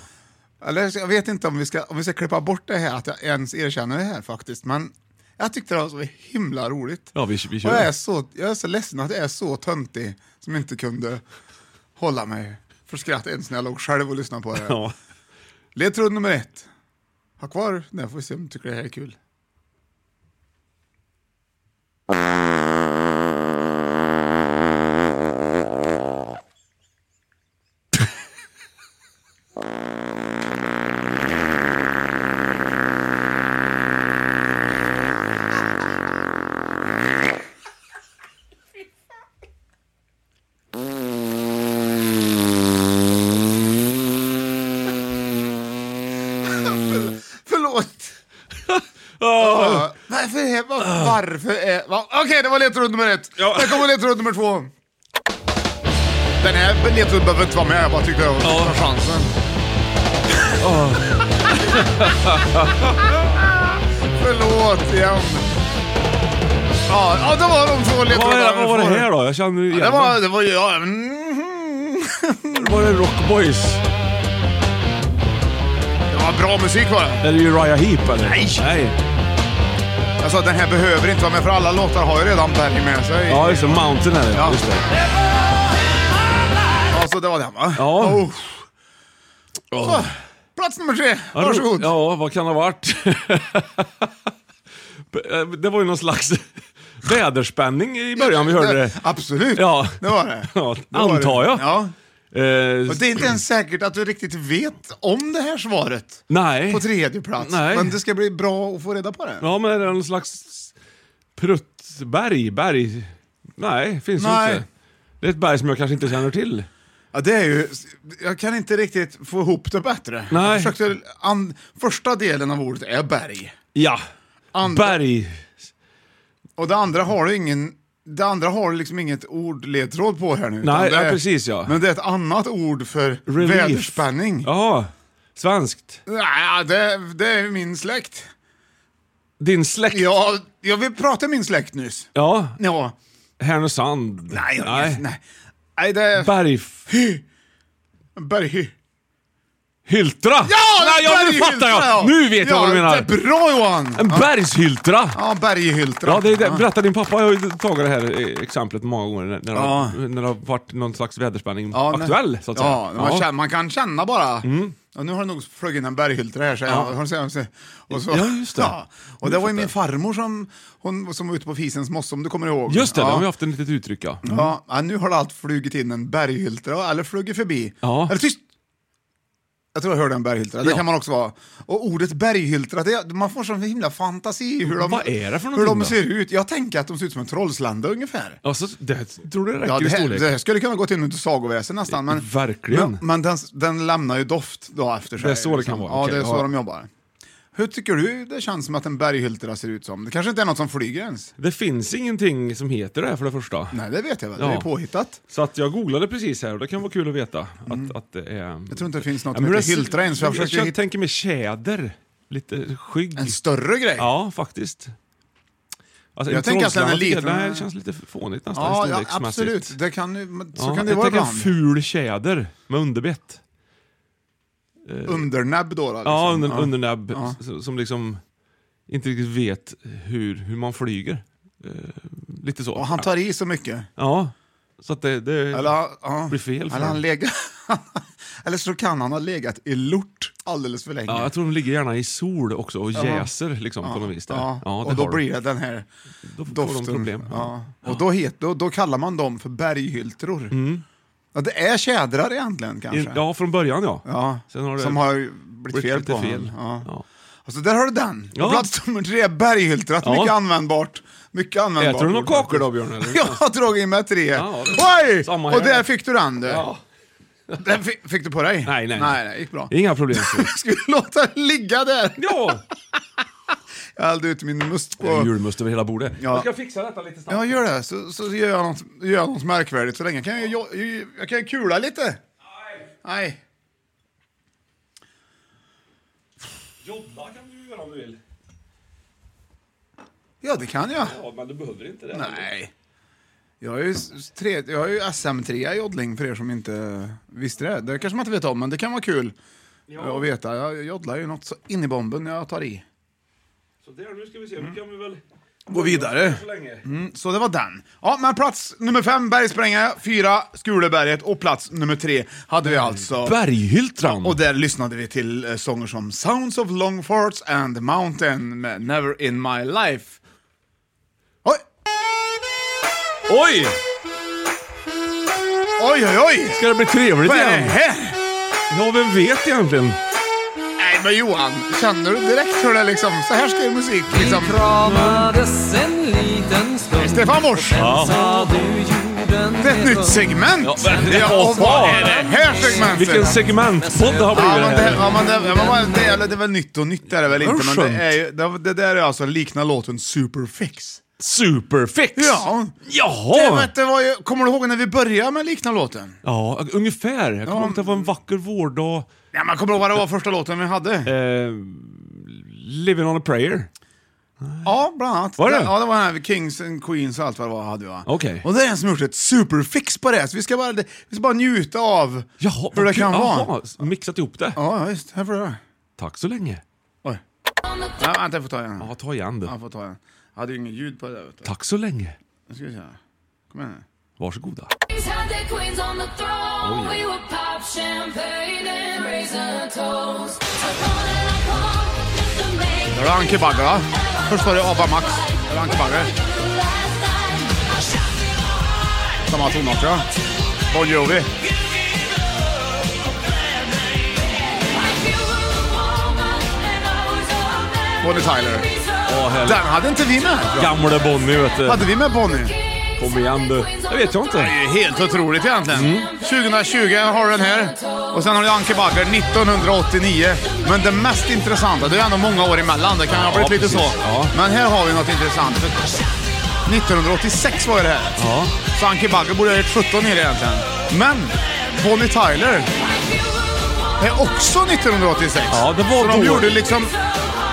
B: Eller, jag vet inte om vi, ska, om vi ska klippa bort det här, att jag ens erkänner det här faktiskt. Men jag tyckte det var så himla roligt.
A: Ja, vi- vi
B: Och
A: kör.
B: jag, är så, jag är så ledsen att jag är så töntig som inte kunde hålla mig för skratt ens när jag låg själv och lyssnade på det.
A: ja.
B: Ledtråd nummer ett. Ha kvar den, får vi se om du tycker det här är kul. Förlåt! Ah, Ja, Varför är... Var, varför är... Va, Okej, det var ledtråd nummer ett.
A: Ja.
B: Där kommer ledtråd nummer två. Den här ledtråden behöver inte vara med, jag bara tyckte jag var ta chansen. Förlåt igen. Ja, ja, det var de två
A: Vad,
B: ledtrådarna
A: är, vad var
B: vi
A: det
B: får.
A: här då? Jag känner ju
B: Ja,
A: igen
B: det var,
A: var...
B: det var ju... Ja, mhm.
A: var det Rockboys?
B: det var bra musik var det.
A: Är det Uriah Heep eller?
B: Nej.
A: Nej.
B: Jag sa att den här behöver inte vara med för alla låtar har ju redan Berg med sig.
A: Ja, just det. Mountain är det.
B: Ja.
A: Ja. Just det.
B: Ja, så Alltså, det var den va?
A: Ja.
B: Oh. Så, plats nummer tre,
A: Ja, ro-
B: varsågod.
A: Ja, vad kan det ha varit? det var ju någon slags väderspänning i början vi hörde det.
B: Absolut,
A: Ja.
B: det var det.
A: Ja,
B: det var
A: antar
B: det.
A: jag.
B: Ja.
A: Eh,
B: Och det är inte ens säkert att du riktigt vet om det här svaret
A: nej.
B: på tredje plats.
A: Nej.
B: Men det ska bli bra att få reda på det.
A: Ja, men är det någon slags pruttberg? Berg? Nej, finns ju
B: Nej.
A: inte. Det är ett berg som jag kanske inte känner till.
B: Ja, det är ju, jag kan inte riktigt få ihop det bättre.
A: Nej.
B: Jag försökte, an, första delen av ordet är berg.
A: Ja,
B: Andra,
A: berg.
B: Och det andra har du ingen... Det andra har du liksom inget ordledtråd på här nu. utan
A: Nej,
B: det
A: ja,
B: är-
A: precis, ja.
B: Men det är ett annat ord för
A: Relief.
B: väderspänning.
A: Jaha, svenskt.
B: Nej, det, det är min släkt.
A: Din släkt?
B: Ja, jag vill prata min släkt nyss.
A: Ja,
B: Ja.
A: Härnösand.
B: Nej, jag, nej. nej. Nej, det är...
A: Berg...
B: Berg...
A: Hyltra! nej, ja, nu
B: berghyltra,
A: fattar jag!
B: ja.
A: Nu vet jag
B: ja,
A: vad du menar.
B: Det är bra Johan!
A: En bergshyltra!
B: Ja, berghyltra.
A: Ja, det är det. Berätta, din pappa har ju tagit det här eh, exemplet många gånger när, när,
B: Ja.
A: det, har- när det har varit någon slags väderspänning
B: Ja, nej.
A: aktuell, så att säga. Mm.
B: Ja, man, Känner, man kan känna bara. Ja, nu har det nog flugit in en berghyltra här, så jag, har du sett- och så,
A: Ja, just det.
B: Och det var ju min farmor som, hon, som var ute på Fisens mosse, om du kommer ihåg.
A: Just det,
B: ja.
A: det har Mm. vi haft ett litet uttryck ja.
B: Ja, ja, nu har det allt flugit in en berghyltra, eller flugit förbi.
A: Ja.
B: Eller tyst! Jag tror jag hörde en berghyltra, det
A: Ja.
B: kan man också vara. Och ordet berghyltra, det, man får sån himla fantasi hur de,
A: Vad är det för
B: hur de
A: någonting
B: ser ut. Jag tänker att de ser ut som en trollslända ungefär.
A: Alltså, det, tror du det räcker
B: Ja, det,
A: i
B: här,
A: storlek?
B: det här skulle kunna gå till under sagoväsen nästan. Men,
A: Verkligen.
B: Men, men den, den lämnar ju doft då efter sig. liksom.
A: Det är så det kan vara,
B: Ja,
A: okej,
B: det är så
A: ja.
B: de jobbar. Hur tycker du det känns som att en berghyltra ser ut som? Det kanske inte är något som flyger ens?
A: Det finns ingenting som heter det här för det första.
B: Nej, det vet jag väl. Det
A: Ja.
B: är påhittat.
A: Så att jag googlade precis här och det kan vara kul att veta att, att det är...
B: Mm. Jag tror inte det finns något
A: Ja,
B: som
A: men
B: heter
A: det-
B: hyltra ens. för Jag försökte
A: jag
B: hitta
A: tänker mig tjäder. Lite skygg.
B: en större grej.
A: Ja, faktiskt. Alltså,
B: Jag
A: en
B: tänker att den är
A: trollslanna
B: liten.
A: tycker jag, Det här känns lite fånigt nästan
B: Ja, ja,
A: storleksmässigt.
B: absolut. Det kan, ju- men så
A: Ja,
B: kan det
A: jag
B: vara
A: tänker
B: ibland.
A: en ful tjäder med underbett.
B: Undernäbb då. då liksom.
A: Ja, under, undernäbb s- som liksom inte riktigt vet hur, hur man flyger. Eh, lite så.
B: Och han tar i så mycket.
A: Ja, så att det, det
B: Eller, ja.
A: blir fel för
B: eller han
A: dem.
B: lega, Eller så kan han ha legat i lort. alldeles för länge.
A: Ja, jag tror de ligger gärna i sol också och jäser liksom, på något vis. Där.
B: Ja,
A: Ja, det
B: och då
A: har de.
B: blir det den här
A: Då får de
B: doften.
A: problem.
B: Ja. Och då, het, då, då kallar man dem för berghyltror. Ja, det är tjädrar egentligen
A: I-
B: kanske.
A: Mm. Ja, från början ja.
B: Ja,
A: Sen har det
B: som har blivit fel
A: lite
B: på
A: fel.
B: honom. Ja.
A: Ja.
B: Och så där har du den.
A: Ja.
B: På plats nummer tre, berghyltrat.
A: Ja.
B: Mycket användbart. Mycket användbart.
A: Äter du några kakor då, Björn, eller?
B: jag har dragit in mig tre.
A: Ja, det-
B: Oj!
A: Samma
B: Och
A: här.
B: där fick du den du.
A: Ja.
B: Den fi- fick du på dig?
A: Nej, nej,
B: Nej,
A: nej.
B: det gick bra.
A: Inga problem. så.
B: Jag skulle låta den ligga där.
A: ja!
B: Jag hällde ut min must
A: Det är
B: på...
A: julmust över hela bordet.
B: Ja.
A: Jag ska fixa detta lite snabbt.
B: Ja, gör det. Så, så gör, jag något, gör jag något märkvärdigt så länge. Kan jag, jag, jag, jag kan ju kula lite. Nej. Nej.
A: Joddla kan du göra om du vill.
B: Ja, det kan jag.
A: Ja, men du behöver inte det.
B: Nej. Jag är ju, s- tre, jag är ju SM3 i joddling för er som inte visste det. Det kanske man inte vet om, men det kan vara kul att veta. Jag joddlar ju något så in i bomben när jag tar i.
A: Så där, nu ska vi se.
B: Mm.
A: Nu kan vi väl...
B: Gå vidare.
A: Så länge.
B: Mm, så det var den. Ja, men plats nummer fem, Bergsprängare, fyra, Skuleberget och plats nummer tre hade vi alltså.
A: Berghyltran.
B: Och där lyssnade vi till eh, sånger som Sounds of Longforts and The Mountain med Never In My Life. Oj!
A: Oj!
B: Oj, oj, oj!
A: Ska det bli trevligt
B: Vad är det
A: igen?
B: här?
A: Ja, vem vet egentligen?
B: Nej men Johan, känner du direkt hur det liksom, så här ska ju musik liksom... Stefan Mors! Det är ett nytt segment!
A: Ja, verkligen.
B: och vad är alltså det här segmentet?
A: Vilken segmentpodd det har blivit
B: Ja men,
A: det
B: det,
A: här.
B: ja, men det, ja, men vad- det, eller det är väl nytt och nytt är det väl inte, men det, är ju, det, det där är alltså liknar låten Superfix.
A: Superfix!
B: Ja. Det,
A: Jaha!
B: vet, du, var ju, kommer du ihåg när vi började med liknar låten?
A: Ja, ungefär. Jag kommer ihåg att det var en vacker vårdag.
B: Ja, man kommer ihåg vad det var första låten vi hade?
A: Eh, living on a prayer.
B: Ja, bland annat.
A: Var det?
B: Ja, det var den här Kings and Queens och allt vad det var hade vi va?
A: Okej.
B: Och det är en som gjort ett superfix på det, så vi ska bara, vi ska bara njuta av
A: Jaha,
B: hur det
A: vad kul.
B: kan
A: Jaha,
B: vara.
A: Mixat ihop det.
B: Ja, ja, just. Här får du det.
A: Tack så länge.
B: Oj. Ja, vänta, jag får ta igen.
A: Ja, ta igen du.
B: Jag får ta igen. Jag hade ju inget ljud på det där vet du.
A: Tack så länge.
B: Nu ska vi se här. Kom igen nu.
A: Varsågoda.
C: Kings had their queens on the throne. We would pop champagne and raise a toast. So pour it up, pour, just to make
B: Där har du Anke Bagge va? Först var det ABBA Max, där har du Anke Bagge.
C: you last time. I shot you hard.
B: Samma tonart ja. Bon Jovi.
C: If you were a woman and I was a man,
B: Bonnie Tyler.
C: we'd be so
B: Den hade inte vi med.
A: Gamle Bonnie vet du.
B: Hade vi med Bonnie?
C: kings
A: Kom igen
C: had
A: du.
C: their queens
A: Det
C: on
A: vet
C: the
A: jag inte.
B: Det är helt otroligt egentligen.
A: Mm.
B: 2020 har du den här. Och sen har du Anke Bagger 1989. Men det mest intressanta, det är ändå många år emellan, det kan ha blivit
A: Ja,
B: lite så.
A: precis. Ja.
B: Men här har vi något intressant. För 1986 var ju det här.
A: Ja.
B: Så Anke Bagger borde ha gjort 17 i det egentligen. Men Bonnie Tyler är också 1986.
A: Ja, det var
B: så de
A: då.
B: gjorde liksom...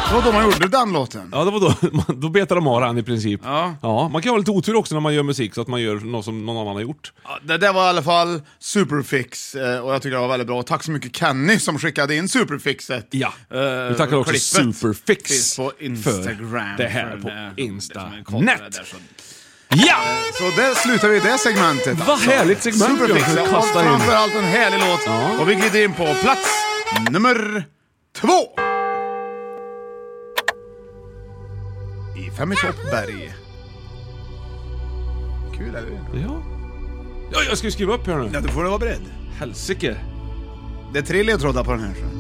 B: Det var då man gjorde den låten.
A: Ja, det var då, man- då betar de av den i princip.
B: Ja.
A: Man kan ha lite otur också när man gör musik så att man gör något som någon annan har gjort.
B: Ja, Det där var i alla fall Superfix eh, och jag tycker det var väldigt bra. Tack så mycket Kenny som skickade in Superfixet.
A: Ja.
B: Eh,
A: Vi tackar också
B: klippet.
A: Superfix
B: Finns på Instagram.
A: för det här
B: för
A: på
B: det-
A: Insta-
B: det som är koll på det
A: net.
B: där, så-
A: Ja!
B: Så där slutar vi det segmentet.
A: Vad härligt segment vi
B: Superfix,
A: har.
B: ja, och
A: Kastar in.
B: framförallt en härlig låt. Och vi glider in på plats nummer två. I Fem i topp berg. Kul eller hur?
A: Ja. ja, jag ska ju skriva upp här nu.
B: Ja, då får du vara beredd.
A: Helsike.
B: Det är tre ledtrådar på den här. Så.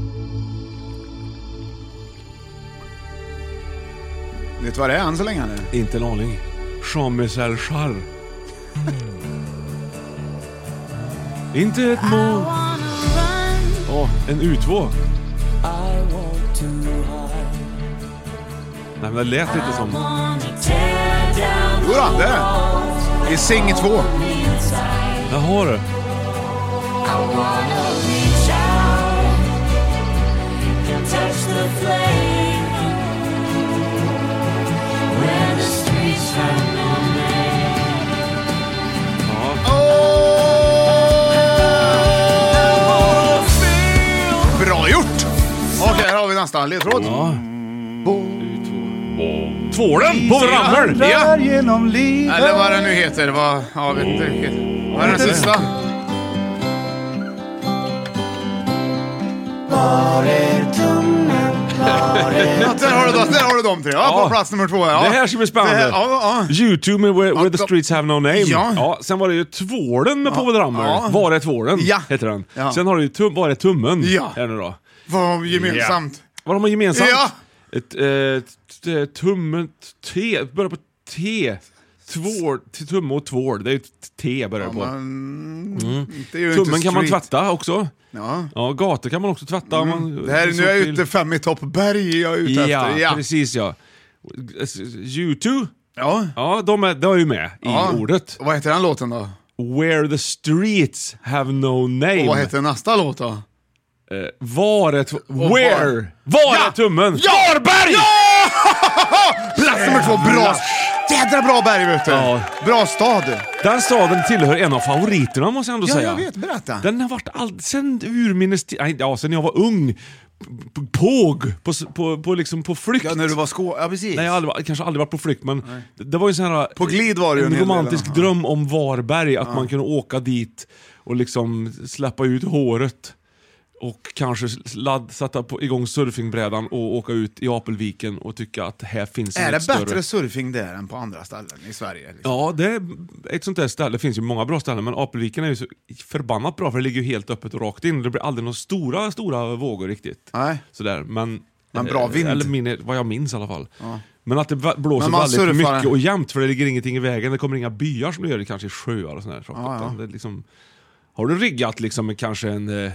B: Vet du vad det är än så länge eller?
A: Inte en aning. Jean-Michel Jarre. Inte ett mål. Åh, en U2. Nej, men det lät lite som...
B: Jodå, det är det. I Sing 2.
A: Jaha du.
B: Bra gjort! Okej, här har vi nästa ledtråd.
A: Ja. Tvålen på rammel!
B: Ja.
D: Genom livet
B: Eller vad den nu heter. Vad, ja, vet inte riktigt. Vad är den sista?
D: är
B: Ja, där, har du, dem- där har du de tre. Ja,
A: Ja.
B: På plats nummer två. Ja.
A: Det här ska bli spännande.
B: Det här- ja, ja.
A: YouTube med Where, where the
B: Ja,
A: streets have no name.
B: Ja.
A: sen var det ju tvålen med Povel Ramel.
B: Ja.
A: Var är tvålen?
B: Ja.
A: Heter den.
B: Ja.
A: Sen har du ju tum, Var är tummen?
B: Ja.
A: Här nu då.
B: Vad har vi gemensamt?
A: Vad har man gemensamt?
B: Ja.
A: Ett, eh, t- eh, tummen, T, börjar på T. Tvål, t- tumme och tvål, det är ju ett T börjar det på.
B: Man, det är ju
A: Mm. Tummen
B: inte
A: kan man
B: street.
A: tvätta också.
B: Ja.
A: Ja, gator kan man också tvätta. om Man,
B: Det här, nu är jag
A: till-
B: ute fem i topp berg jag är ute
A: Ja,
B: efter. Ja.
A: precis ja. YouTube,
B: Ja.
A: ja de är, de är ju med
B: Ja.
A: i ordet.
B: Vad heter den låten då?
A: Where the streets have no name.
B: Och vad heter nästa låt då?
A: Var är... tw-
B: var-
A: Where? Var
B: Ja.
A: är tummen?
B: Jarberg! Ja! Plats nummer Alltså, två, bra. Jädra bra berg vet du.
A: Ja.
B: Bra stad.
A: Den staden tillhör en av favoriterna måste jag ändå
B: Ja,
A: säga.
B: jag vet. Berätta.
A: Den har varit all... sen urminnes ti- nej, Ja, sen jag var ung. p- p- Påg. På, s- på, på, liksom på flykt.
B: Ja, när du var skå... Ja, precis.
A: Nej, jag har aldrig, var- kanske aldrig varit på flykt, men det, det var ju en sån här...
B: På glid var det ju en
A: En
B: hel del,
A: romantisk
B: ja.
A: dröm om Varberg, att man kunde åka dit och liksom släppa ut håret. Och kanske ladd, sätta på, igång surfingbrädan och åka ut i Apelviken och tycka att här finns
B: Är
A: något
B: det bättre
A: större.
B: surfing där än på andra ställen i Sverige? Liksom?
A: Ja, det är ett sånt där ställe. Det finns ju många bra ställen, men Apelviken är ju så förbannat bra för det ligger ju helt öppet och rakt in. Det blir aldrig några stora, stora vågor riktigt.
B: Nej.
A: Sådär, men... eh,
B: Men bra vind.
A: Eller min, vad jag minns i alla fall. Men att det va- blåser
B: Men man
A: väldigt
B: surfar-
A: mycket och jämnt för det ligger ingenting i vägen. Det kommer inga byar som det gör det kanske i sjöar och sådär. Utan Det är liksom, har du riggat liksom med kanske en... eh,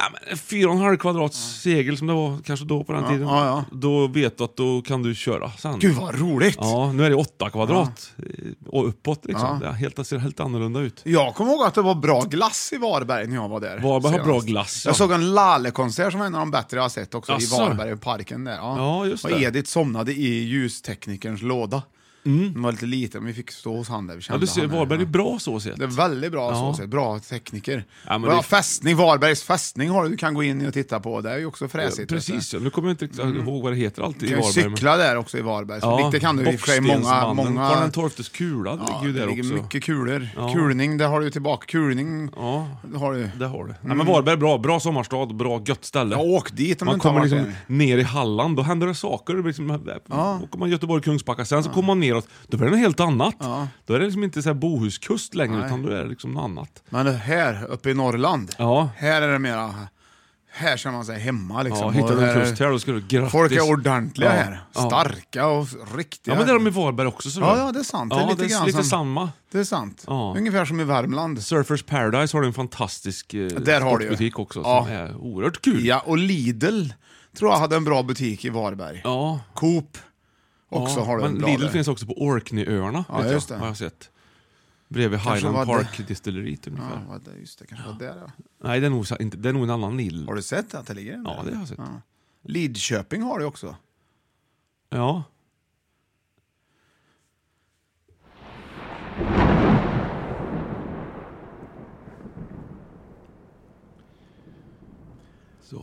A: Ja, men en fyra och en halv kvadrats segel som det var kanske då på den tiden.
B: ja, ja.
A: Då vet du att då kan du köra sen.
B: Gud vad roligt!
A: Ja, nu är det åtta kvadrat eh, och uppåt liksom. Det är helt, det ser helt annorlunda ut.
B: Jag kommer ihåg att det var bra glass i Varberg när jag var där.
A: Varberg har
B: senast.
A: bra glass, ja.
B: Jag såg en Lalle-konsert som var en av de bättre jag har sett också
A: Jaså?
B: i Varberg, i parken där. Ja.
A: Ja, just
B: och
A: det.
B: Edith somnade i ljusteknikerns låda. Den var lite liten, men vi fick stå hos han där.
A: Mm.
B: Vi
A: Ja,
B: kände
A: du ser,
B: han där,
A: Varberg
B: ja.
A: är bra så sett.
B: Det är väldigt bra
A: Ja.
B: så sett, bra tekniker.
A: Ja,
B: Ja,
A: men det-
B: fästning, Varbergs fästning har du, du kan gå in och titta på, det är ju också
A: Ja,
B: fräsigt. vet du.
A: Precis, ja. nu kommer jag inte riktigt ihåg vad det heter alltid
B: Mm. Du
A: i
B: kan ju
A: Varberg. men-
B: cykla där också i Varberg, så det kan du i och för sig många...
A: Bockstensmannen,
B: många...
A: Karl XIIs kula det
B: Ja,
A: ligger ju där
B: det ligger
A: också.
B: mycket kulor. Kulning, där har du tillbaka. Kulning
A: Ja.
B: det har du.
A: Det har du. Nej, men Varberg är bra, bra sommarstad, bra gött ställe.
B: Mm. Ja, åk dit om du
A: man
B: inte har
A: kommer
B: varit
A: liksom ner i Halland, då händer det saker. Det blir Liksom, Åker man Göteborg, Kungsbacka, sen så kommer man neråt, då blir det något helt annat. Då är det liksom inte så här Bohuskust längre, utan då är det liksom något annat.
B: Men det här uppe i Norrland,
A: Ja.
B: här är det mera... Här känner man sig hemma liksom.
A: Ja,
B: Och
A: hittar du en
B: här-
A: kust här, då ska du grattis.
B: Folk är ordentliga
A: Ja,
B: här.
A: ja.
B: Starka och riktiga.
A: Ja men det är de i Varberg också. Så
B: Ja, ja, det är sant. Det är
A: ja,
B: lite
A: det är
B: grann
A: lite
B: som-
A: samma.
B: Det är sant.
A: Ja.
B: Ungefär som i Värmland.
A: Surfers Paradise har du en fantastisk eh,
B: Där har du ju.
A: sportbutik också
B: Ja.
A: som är oerhört kul.
B: Ja, och Lidl tror jag hade en bra butik i Varberg.
A: Ja.
B: Coop också
A: Ja,
B: har du en
A: men
B: bra
A: Lidl
B: där.
A: finns också på Orkneyöarna,
B: Ja,
A: vet
B: just
A: jag,
B: det.
A: har jag sett. Bredvid
B: Kanske
A: Highland
B: var det-
A: Park-distilleriet ungefär.
B: Ja, vad- just det. Kanske var där ja.
A: Nej, det är, nog, så- inte, det är nog en annan Lidl.
B: Har du sett att det ligger en
A: Ja,
B: där?
A: det har jag sett.
B: Ja. Lidköping har du också.
A: Ja.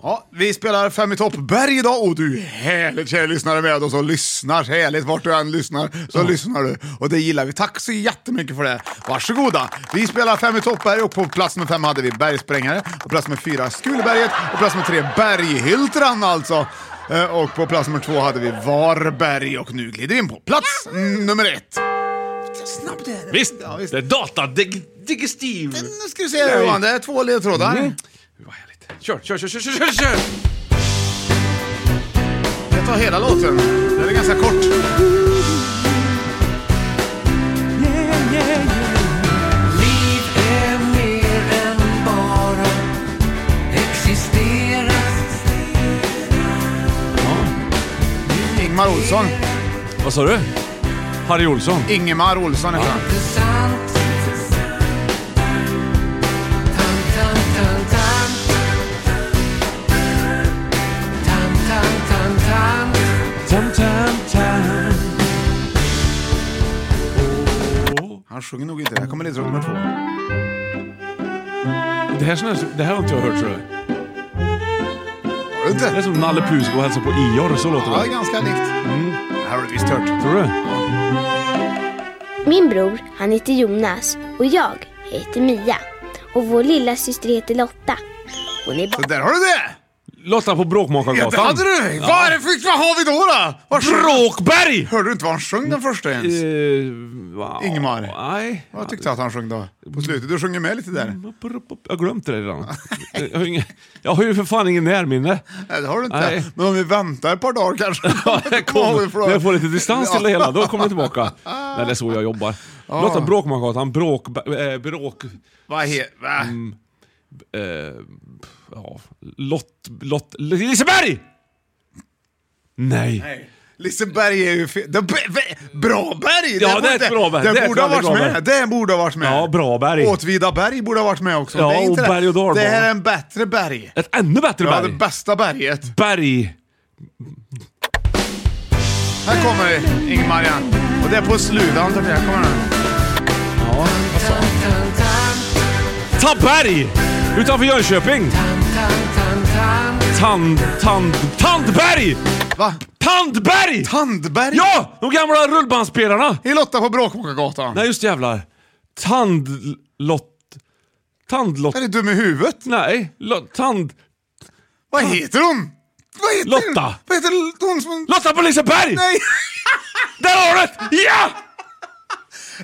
B: Ja, vi spelar Fem i topp berg idag och du är härligt kära lyssnare med oss och lyssnar så härligt vart du än lyssnar så lyssnar du och det gillar vi. Tack så jättemycket för det. Varsågoda. Vi spelar Fem i topp berg och på plats nummer fem hade vi Bergsprängare och plats nummer fyra Skuleberget och plats nummer tre Berghyltran alltså. Eh, Och på plats nummer två hade vi Varberg och nu glider vi in på plats nummer ett. Snabbt är det.
A: Visst,
B: Ja, visst.
A: det är datadigestiv!
B: Nu ska vi Mm. se här Johan, det är två ledtrådar.
A: Vad härligt. Kör, kör, kör, kör, kör, kör, kör!
B: Jag tar hela låten. Den är ganska kort. Ingmar Olsson.
A: Vad sa du? Harry Olsson?
B: Ingemar Olsson heter han.
A: Tam, tam, tam.
B: Han sjunger nog inte. Här kommer ledtråd nummer två.
A: Det här, sån här, det här har inte jag hört tror jag.
B: Har du
A: Det är
B: inte?
A: som Nalle Puh ska gå och hälsa på Ior, så Mm. låter
B: Ja, det är
A: det.
B: ganska likt. Det här har du visst hört.
A: Tror du?
C: Min bror, han heter Jonas och jag heter Mia. Och vår lilla syster heter Lotta. Hon är
B: Så där har du det!
A: Lotta på
B: Ja, det
A: Bråkmakargatan.
B: hade du! Vad, är det för, vad har vi då då? Vad sjöng-
A: Bråkberg!
B: Hörde du inte vad han sjöng den första ens?
A: Eh, va-
B: Ingemar.
A: Nej.
B: Vad tyckte du att han sjöng då? På slutet? Du sjöng ju med lite
A: Mm.
B: där.
A: Jag har glömt det redan. Jag har, inga, jag har ju för fan ingen närminne.
B: Nej, det har du inte.
A: Nej.
B: Men om vi väntar ett par dagar kanske.
A: Ja, det
B: Kommer ihåg det
A: kom,
B: för då.
A: när jag får lite distans till det
B: Ja.
A: hela, då kommer jag tillbaka. Nej, det är så jag jobbar. Lotta Bråkmakargatan, bråk... Äh, bråk
B: Vad he... Va?
A: Mm. eh, ja, Lott... Lott... Liseberg! Nej.
B: Nej. Liseberg är ju fel. Det, be, be, bra berg!
A: Ja,
B: borde-
A: det är ett bra berg. Det är
B: Det
A: ett
B: borde ha varit
A: väldigt bra
B: med. Det borde ha varit med.
A: Ja, bra berg.
B: Åtvidaberg borde ha varit med också.
A: Ja,
B: det är inte
A: och
B: det.
A: berg och dalbana.
B: Det här är en bättre berg.
A: Ett ännu bättre
B: Ja, det
A: berg.
B: bästa berget.
A: Berg.
B: Här kommer Ingmar igen. Och det är på slutet. antar jag. Här kommer den.
A: Taberg! Utanför Jönköping. Tand... Tand... Tandberg!
B: Va?
A: Tandberg!
B: Tandberg?
A: Ja! De gamla rullbandspelarna!
B: I Lotta på Bråkmakargatan.
A: Nej, just jävlar. Tandlott... Tandlott...
B: Är du dum i huvudet?
A: Nej, lo, tand...
B: Vad heter hon? Vad heter
A: Lotta.
B: Vad heter hon som...
A: Lotta på Liseberg!
B: Nej.
A: Där har du det! Ja!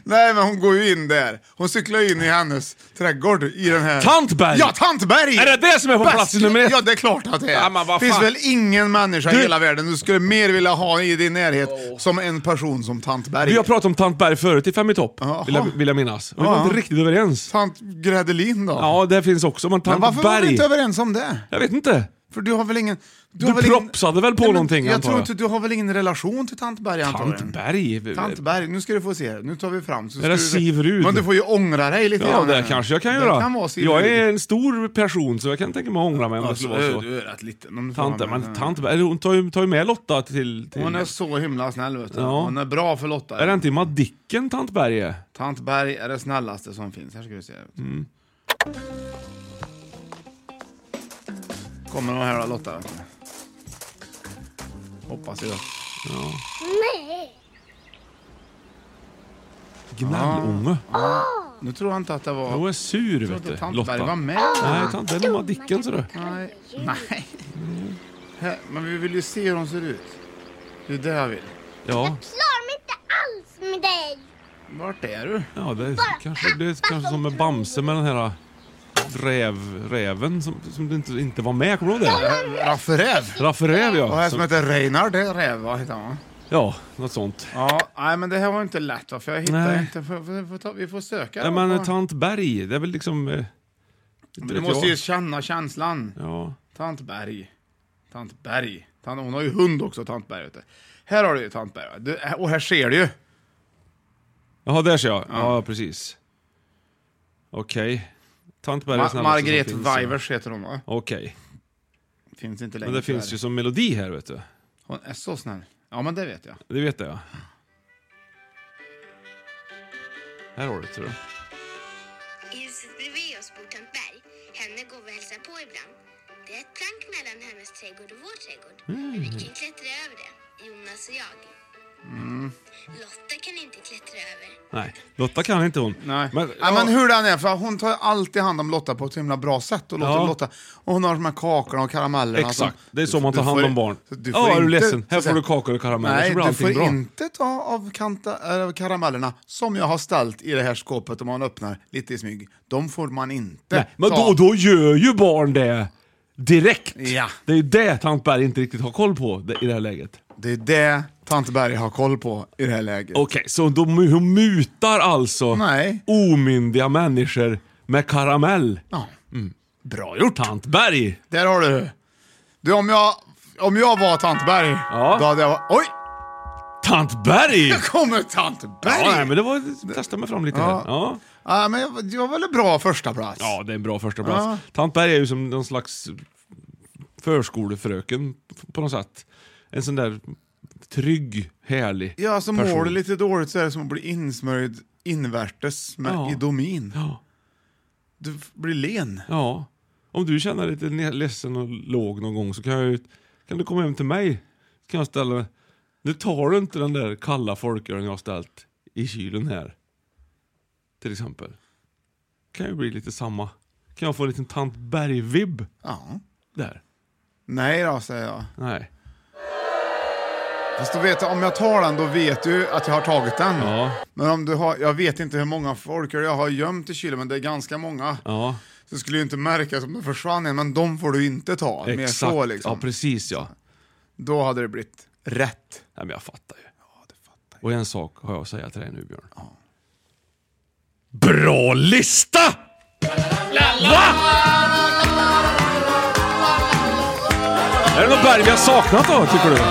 B: Nej, men hon går ju in där. Hon cyklar ju in i hennes trädgård i den här...
A: Tantberg!
B: Ja, Tantberg!
A: Är det det som är på
B: Bäst-
A: plats nummer ett?
B: Ja, det är klart att det är.
A: Ja, men vad
B: finns
A: fan.
B: väl ingen människa i
A: Du-
B: hela världen du skulle mer vilja ha i din närhet som en person som Tantberg.
A: Vi har pratat om Tantberg förut i Fem i topp,
B: Jaha.
A: vill jag, vill jag minnas. Och vi
B: Ja.
A: var inte riktigt överens.
B: Tant Grädelin då?
A: Ja, det finns också, men
B: men varför var vi
A: Tantberg...
B: inte överens om det?
A: Jag vet inte.
B: För du har väl ingen...
A: Du
B: har väl
A: propsade väl på
B: men
A: någonting,
B: Jag
A: antar
B: tror
A: jag.
B: inte, du har väl ingen relation till Tantberg antagligen?
A: Tantberg?
B: Tantberg, nu ska du få se. Nu tar vi fram. Så
A: Är det
B: ska du-
A: Siv Rud?
B: Men du får ju ångra dig lite
A: Ja,
B: grann
A: det
B: här.
A: kanske jag kan
B: Det
A: göra.
B: kan vara Siv
A: jag
B: Rud.
A: är en stor person, så jag kan tänka mig att ångra mig om det
B: Alltså,
A: skulle vara så.
B: Du är rätt liten. om du får
A: Tante,
B: vara med.
A: men eh, Tantberg, hon tar ju, tar ju med Lotta till... till
B: Hon är så himla snäll vet du.
A: Ja.
B: Hon är bra för Lotta.
A: Är det inte i Madicken Tantberg är?
B: Tant Berg är det snällaste som finns. Här ska du se.
A: Mm.
B: Kommer hon här då Lotta? vet du. Hoppas jag.
A: Gnällunge.
B: Nu tror jag inte att det var...
A: Hon är sur vet
B: jag tror
A: du,
B: inte Tant Berg var
A: Lotta.
B: med.
A: Nej, Tantberg det är Madicken ser du.
B: Nej. Nej. Mm. Här, Men vi vill ju se hur hon ser ut. Det är det jag vill.
A: Ja,
C: Klarar mig inte alls med dig.
B: Vart är du?
A: ja det, är kanske, det är kanske som med Bamse med den här räv, räven som, som inte, inte var med, kommer du ihåg det?
B: Raffe Räv.
A: Raffe Räv
B: Och här
A: ja.
B: som
A: Som,
B: heter Reinhard det är Räv, vad heter han? va?
A: ja, något sånt.
B: Ja, nej men det här var inte lätt va, för jag hittar
A: Nej.
B: inte. Får- får- får ta- Vi får söka.
A: Nej
B: då på-
A: men Tantberg, det är väl liksom... eh, inte
B: Du
A: vet
B: måste ju
A: jag.
B: känna känslan.
A: Ja.
B: Tant Berg. Tant Berg. Tant, hon har ju hund också, Tant Berg. Vet du. Här har du ju Tant Berg. va? Du, och här ser du ju.
A: Jaha, där ser jag. Ja, precis. Okej. Tantberg är
B: Ma-
A: snällaste som
B: Margret
A: finns, ja.
B: Weivers heter hon va?
A: Okej.
B: Finns inte längre.
A: Men det finns
B: tyvärr.
A: ju som melodi här vet du.
B: Hon är så snäll. Ja men det vet jag.
A: Det vet jag. Här har du tror du.
C: I huset bredvid oss bor tant Berg. Henne går vi och hälsar på ibland. Det är ett plank mellan hennes trädgård och vår trädgård. Vi kan klättra över det, Jonas och jag. Lotta kan inte klättra över.
A: Nej, Lotta kan inte hon.
B: Nej.
A: Men,
B: Men,
A: ja,
B: men hur den är, för hon tar alltid hand om Lotta på ett himla bra sätt. Och, låter
A: Ja.
B: Lotta, och hon har de här kakorna och karamellerna.
A: Exakt,
B: som-
A: det är så man
B: Du
A: tar hand
B: får-
A: om barn.
B: du får
A: Ja, är du
B: inte-
A: ledsen? Här
B: så att
A: får du
B: säga-
A: kakor och karameller
B: Nej,
A: så blir
B: du
A: allting
B: får
A: bra.
B: inte ta av kanta, äh, karamellerna som jag har ställt i det här skåpet om man öppnar lite i smyg. De får man inte
A: Nej, men
B: ta.
A: då, då gör ju barn det direkt.
B: Ja.
A: Det är ju det Tantberg inte riktigt har koll på det- i det här läget.
B: Det är det tant Berg har koll på i det här läget.
A: Okej, så de, hon mutar alltså
B: Nej.
A: omyndiga människor med karamell.
B: Ja.
A: Bra gjort Mm. Tantberg!
B: Där har du Du, om jag, om jag var tant Berg,
A: Ja.
B: då hade jag varit... Oj!
A: Tantberg!
B: Där kommer tant Berg!
A: Ja, nej, men det var... Testa mig fram lite här. Ja.
B: Ja, men jag, jag var väl en bra första plats.
A: Ja, det är en bra första plats. Tantberg är ju som någon slags förskolefröken på något sätt. En sån där trygg, härlig
B: Ja, alltså mår
A: person.
B: du lite dåligt så är det som att bli insmörjd invärtes med
A: Ja.
B: Idomin.
A: Ja.
B: Du f- blir len.
A: Ja. Om du känner dig lite ne- ledsen och låg någon gång så kan, jag, ju- kan du komma hem till mig. Så kan jag ställa mig. Nu tar du inte den där kalla folkölen jag har ställt i kylen här. Till exempel. Kan ju bli lite samma. Kan jag få en liten tant Berg-vibb
B: Ja.
A: där?
B: Nej då, säger jag.
A: Nej.
B: Fast då vet jag, om jag tar den, då vet du att jag har tagit den.
A: Ja.
B: Men om du har, jag vet inte hur många folk jag har gömt i kylen, men det är ganska många.
A: Ja,
B: Så skulle ju inte märkas om de försvann igen, men de får du inte ta. Mer
A: exakt.
B: så liksom.
A: Ja, precis ja.
B: Då hade det blivit rätt.
A: Nej, men jag fattar ju. Och en sak har jag att säga till dig nu Björn. Bra lista! Va? Är det något berg vi har saknat då, tycker du?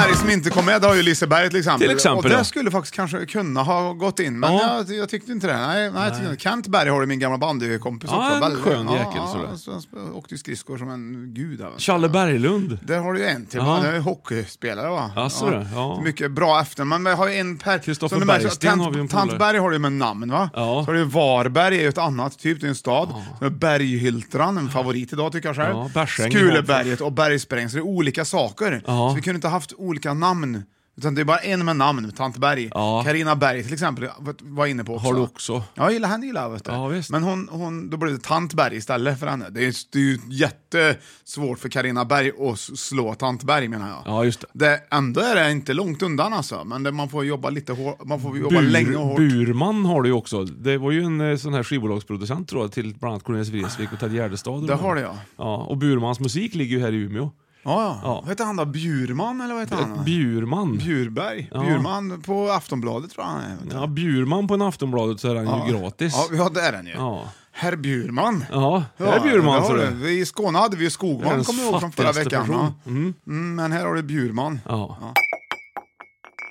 B: Berg som inte kom med, det har ju Liseberg till exempel.
A: Till exempel,
B: Och det
A: ja.
B: skulle faktiskt kanske kunna ha gått in, men
A: Ja.
B: jag, jag tyckte inte det. Nej, nej, jag tyckte inte. Kent Bergholm, min gamla bandykompis
A: Ja,
B: också.
A: en
B: Väldigt-
A: skön jäkel, sådär.
B: Ja, så han åkte ju skridskor som en gud. även.
A: Challe Berglund.
B: Där har du ju en till.
A: Ja.
B: Han är ju hockeyspelare va?
A: Jaså du, ja.
B: Mycket bra efter. Men vi har ju en per...
A: Kristoffer
B: som du märker,
A: Bergsten
B: Tant-
A: har vi ju en polare.
B: Tantberg har du ju med namn va?
A: Ja.
B: Så har du ju Varberg, är ju ett annat typ, det är en stad. Ja. Berghyltran, en favorit idag tycker jag själv.
A: Ja, Bersäng i
B: Skuleberget och Bergspräng, så det är olika saker.
A: Ja.
B: Så vi kunde inte haft olika namn. Utan det är bara en med namn, Tantberg.
A: Ja.
B: Karina Berg till exempel, jag var inne på också.
A: Har du också.
B: Ja, jag gillar henne gillar jag vet du.
A: Ja, visst.
B: Men hon, hon, då blev det Tantberg istället för henne. Det är, det är ju jättesvårt för Karina Berg att s- slå Tantberg menar jag.
A: Ja, just det.
B: Det, ändå är det inte långt undan alltså, men det, man får jobba lite hårt, man får jobba länge och
A: Bur,
B: hårt.
A: Burman har du ju också. Det var ju en eh, sån här skivbolagsproducent tror jag, till bland annat Cornelis Vreeswijk och Ted Gärdestad.
B: Det har det ja.
A: Ja, och Burmans musik ligger ju här i Umeå.
B: Ja, ja.
A: Ja.
B: Vad heter han då? Bjurman eller vad heter han?
A: Bjurman.
B: Bjurberg?
A: Ja.
B: Bjurman på Aftonbladet tror jag han är. vet du.
A: Ja, Bjurman på en Aftonbladet så är den ju gratis.
B: Ja, ja, det är den ju.
A: Ja.
B: Herr Bjurman.
A: Ja, det är Bjurman
B: det
A: ser
B: har
A: du.
B: du. Vi- I Skåne hade vi
A: Det
B: ju
A: är
B: Skogman,
A: den
B: kommer jag ihåg, från förra
A: fattigaste
B: veckan.
A: person.
B: Ja. Mm, men här har du Bjurman.
A: Ja.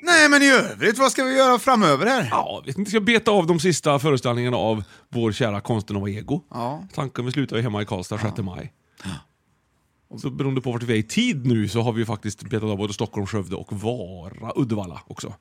B: Nej, men i övrigt, vad ska vi göra framöver här?
A: Ja, vet inte, ska beta av de sista föreställningarna av vår kära konsten att vara ego.
B: Ja.
A: Tanken, vi slutar ju hemma i Karlstad 6 maj. Så beroende på vart vi är i tid nu så har vi ju faktiskt betat av både Stockholm, Skövde och Vara, Uddevalla också.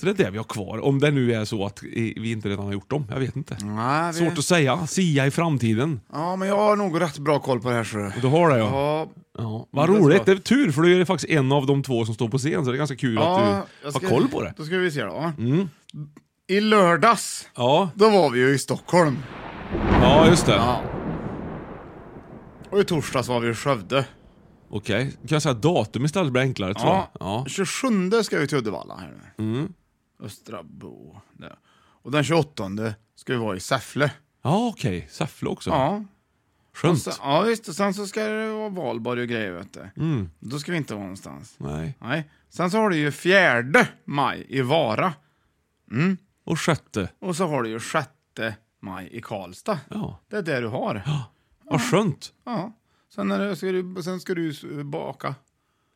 A: Så det är det vi har kvar, om det nu är så att eh, vi inte redan har gjort dem. Jag vet inte.
B: Nej, vi-
A: Svårt att säga, sia i framtiden.
B: Ja, men jag har nog rätt bra koll på det här. Så. du.
A: Du har det ja.
B: Ja,
A: ja. Vad
B: det är bra.
A: roligt, det är tur för du är faktiskt en av de två som står på scen så det är ganska kul
B: ja,
A: att du
B: jag ska-
A: har koll på det. Mm.
B: Då ska vi se då. I lördags,
A: Ja,
B: då var vi ju i Stockholm.
A: ja just det.
B: Och i torsdags var vi i Skövde.
A: Okej, kan jag säga datum istället? Det blir enklare tror jag. Ja. Mm.
B: 27 ska vi till Uddevalla här nu. Östra Bo. där. Och den 28 ska vi vara i Säffle.
A: Ja, okej. Säffle också.
B: Ja.
A: Skönt.
B: Sen, ja visst, och sen så ska det vara valborg och grejer vet du.
A: Mm.
B: Då ska vi inte vara någonstans.
A: Nej.
B: Nej. Sen så har du ju 4 maj i Vara.
A: Och sjätte.
B: Och så har du ju 6 maj i Karlstad.
A: Ja.
B: Det är det du har.
A: Vad skönt.
B: Ja. Sen, är det, ska du, sen ska du eh, baka.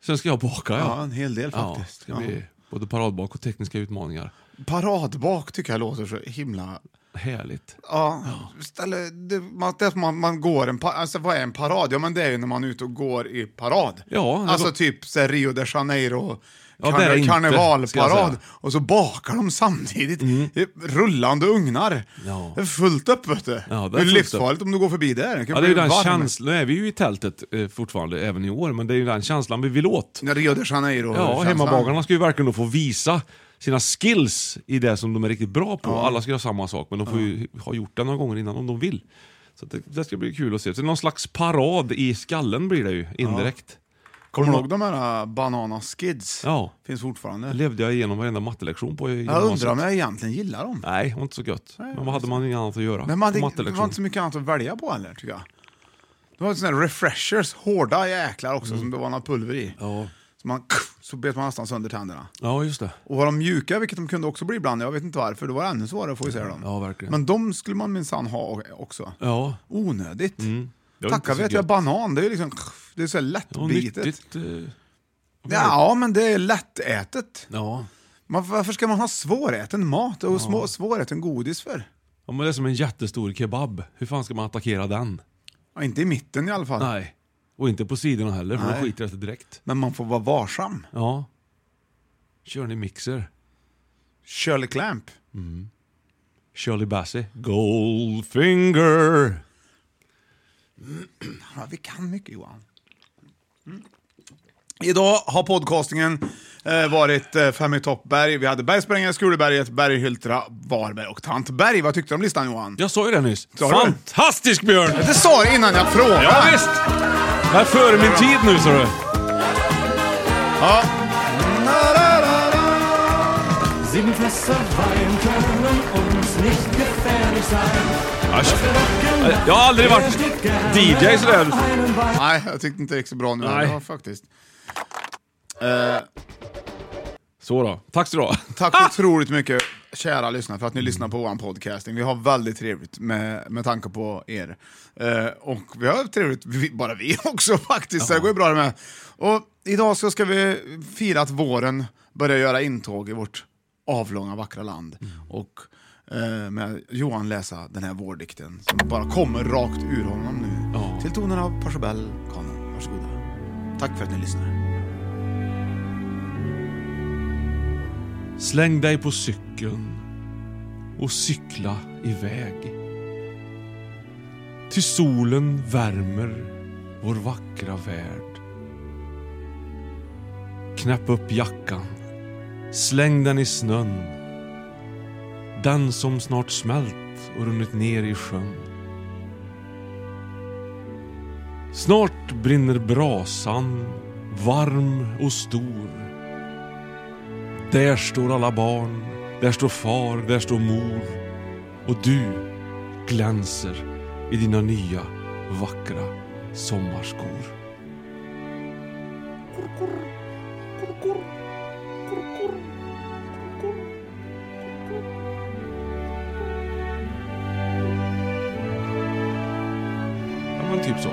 A: Sen ska jag baka, ja.
B: Ja, en hel del
A: Ja,
B: faktiskt.
A: det blir både paradbak och tekniska utmaningar.
B: Paradbak tycker jag låter så himla...
A: Härligt.
B: Ja, ställe, det, man, det är som man, man går en... pa- Alltså vad är en parad? Ja men det är ju när man är ute och går i parad.
A: Ja, det
B: alltså
A: var-
B: typ så här, Rio de Janeiro
A: Ja,
B: karne-
A: det är det inte, ska jag
B: karnevalparad.
A: säga. Mm.
B: Och så bakar de samtidigt i rullande ugnar.
A: Ja.
B: Det är fullt upp vet du.
A: det är
B: är
A: fullt
B: livsfarligt om du går förbi där. kan
A: Ja, det är ju
B: bli
A: den
B: varm.
A: känslan. Nu är vi ju i tältet eh, fortfarande, även i år, men det är ju den känslan vi vill åt.
B: Ja, Rio de Janeiro.
A: Ja, hemmabagarna ska ju verkligen då få visa sina skills i det som de är riktigt bra på. Alla ska göra samma sak, men de får ju ha gjort det några gånger innan om de vill. Så det, det ska bli kul att se. Så någon slags parad i skallen blir det ju, indirekt.
B: Kommer du ihåg de här äh, Banana Skids?
A: Ja.
B: Finns fortfarande.
A: Det levde jag igenom varenda mattelektion på i
B: Jag
A: gymnasiet.
B: undrar om jag egentligen gillar dem.
A: Nej, det var inte så gött. Men vad hade man inget annat att göra?
B: Men
A: på
B: man, det, det var
A: mattelektion.
B: inte så mycket annat att välja på heller, tycker jag. Det var sådana här refreshers, hårda jäklar också, som det var något pulver i.
A: Mm. Ja.
B: Så, man, så bet man nästan sönder tänderna.
A: ja, just det.
B: Och var de mjuka, vilket de kunde också bli ibland, jag vet inte varför, då var det ännu svårare att få isär dem.
A: Ja, verkligen.
B: Men de skulle man minsann ha också.
A: Ja. Mm.
B: Onödigt.
A: Det var
B: Tacka
A: inte så
B: vet jag,
A: gött.
B: banan, det är ju liksom, det är så här
A: Det var
B: lättbitet.
A: nyttigt. eh,
B: Ja, men det är lättätet.
A: Ja.
B: Man, varför ska man ha svåräten mat och små, svåräten godis för?
A: ja, men det är som en jättestor kebab. Hur fan ska man attackera den?
B: Ja, inte i mitten i alla fall.
A: Nej. Och inte på sidorna heller, för
B: Nej.
A: då skiter det sig direkt.
B: Men man får vara varsam.
A: Ja. Kör ni mixer?
B: Shirley Clamp.
A: Shirley Bassey. Goldfinger!
B: Ja, vi kan mycket Johan. Mm. Idag har podcastingen eh, varit eh, Fem i toppberg. Vi hade Bergsprängen, Skuleberget, Berghyltra, Varberg och Tantberg. Vad tyckte du om listan Johan?
A: Jag sa ju det nyss.
B: Sa du?
A: Fantastisk Björn!
B: Det sa du innan jag frågade.
A: Ja, visst! Det här är före min tid nu, så du.
B: Ja.
A: Asch. Jag har aldrig varit DJ sådär.
B: Nej, jag tyckte inte det gick så bra nu
A: Nej.
B: heller, faktiskt. Eh,
A: Så då. Tack så du ha.
B: Tack så otroligt mycket kära lyssnare för att ni lyssnar på vår podcasting. Vi har väldigt trevligt med, med tanke på er. Eh, och vi har trevligt, vi, bara vi också faktiskt, det går ju bra det med. Och idag så ska vi fira att våren börjar göra intåg i vårt avlånga vackra land. Och eh, med Johan läsa den här vårdikten som bara kommer rakt ur honom nu. Till tonen av Pachelbel kanon. Varsågoda. Tack för att ni lyssnar.
A: Släng dig på cykeln och cykla iväg. Till solen värmer vår vackra värld. Knäpp upp jackan. Släng den i snön. Den som snart smält och runnit ner i sjön. Snart brinner brasan varm och stor. Där står alla barn, där står far, där står mor. Och du glänser i dina nya vackra sommarskor. Ja, men typ så.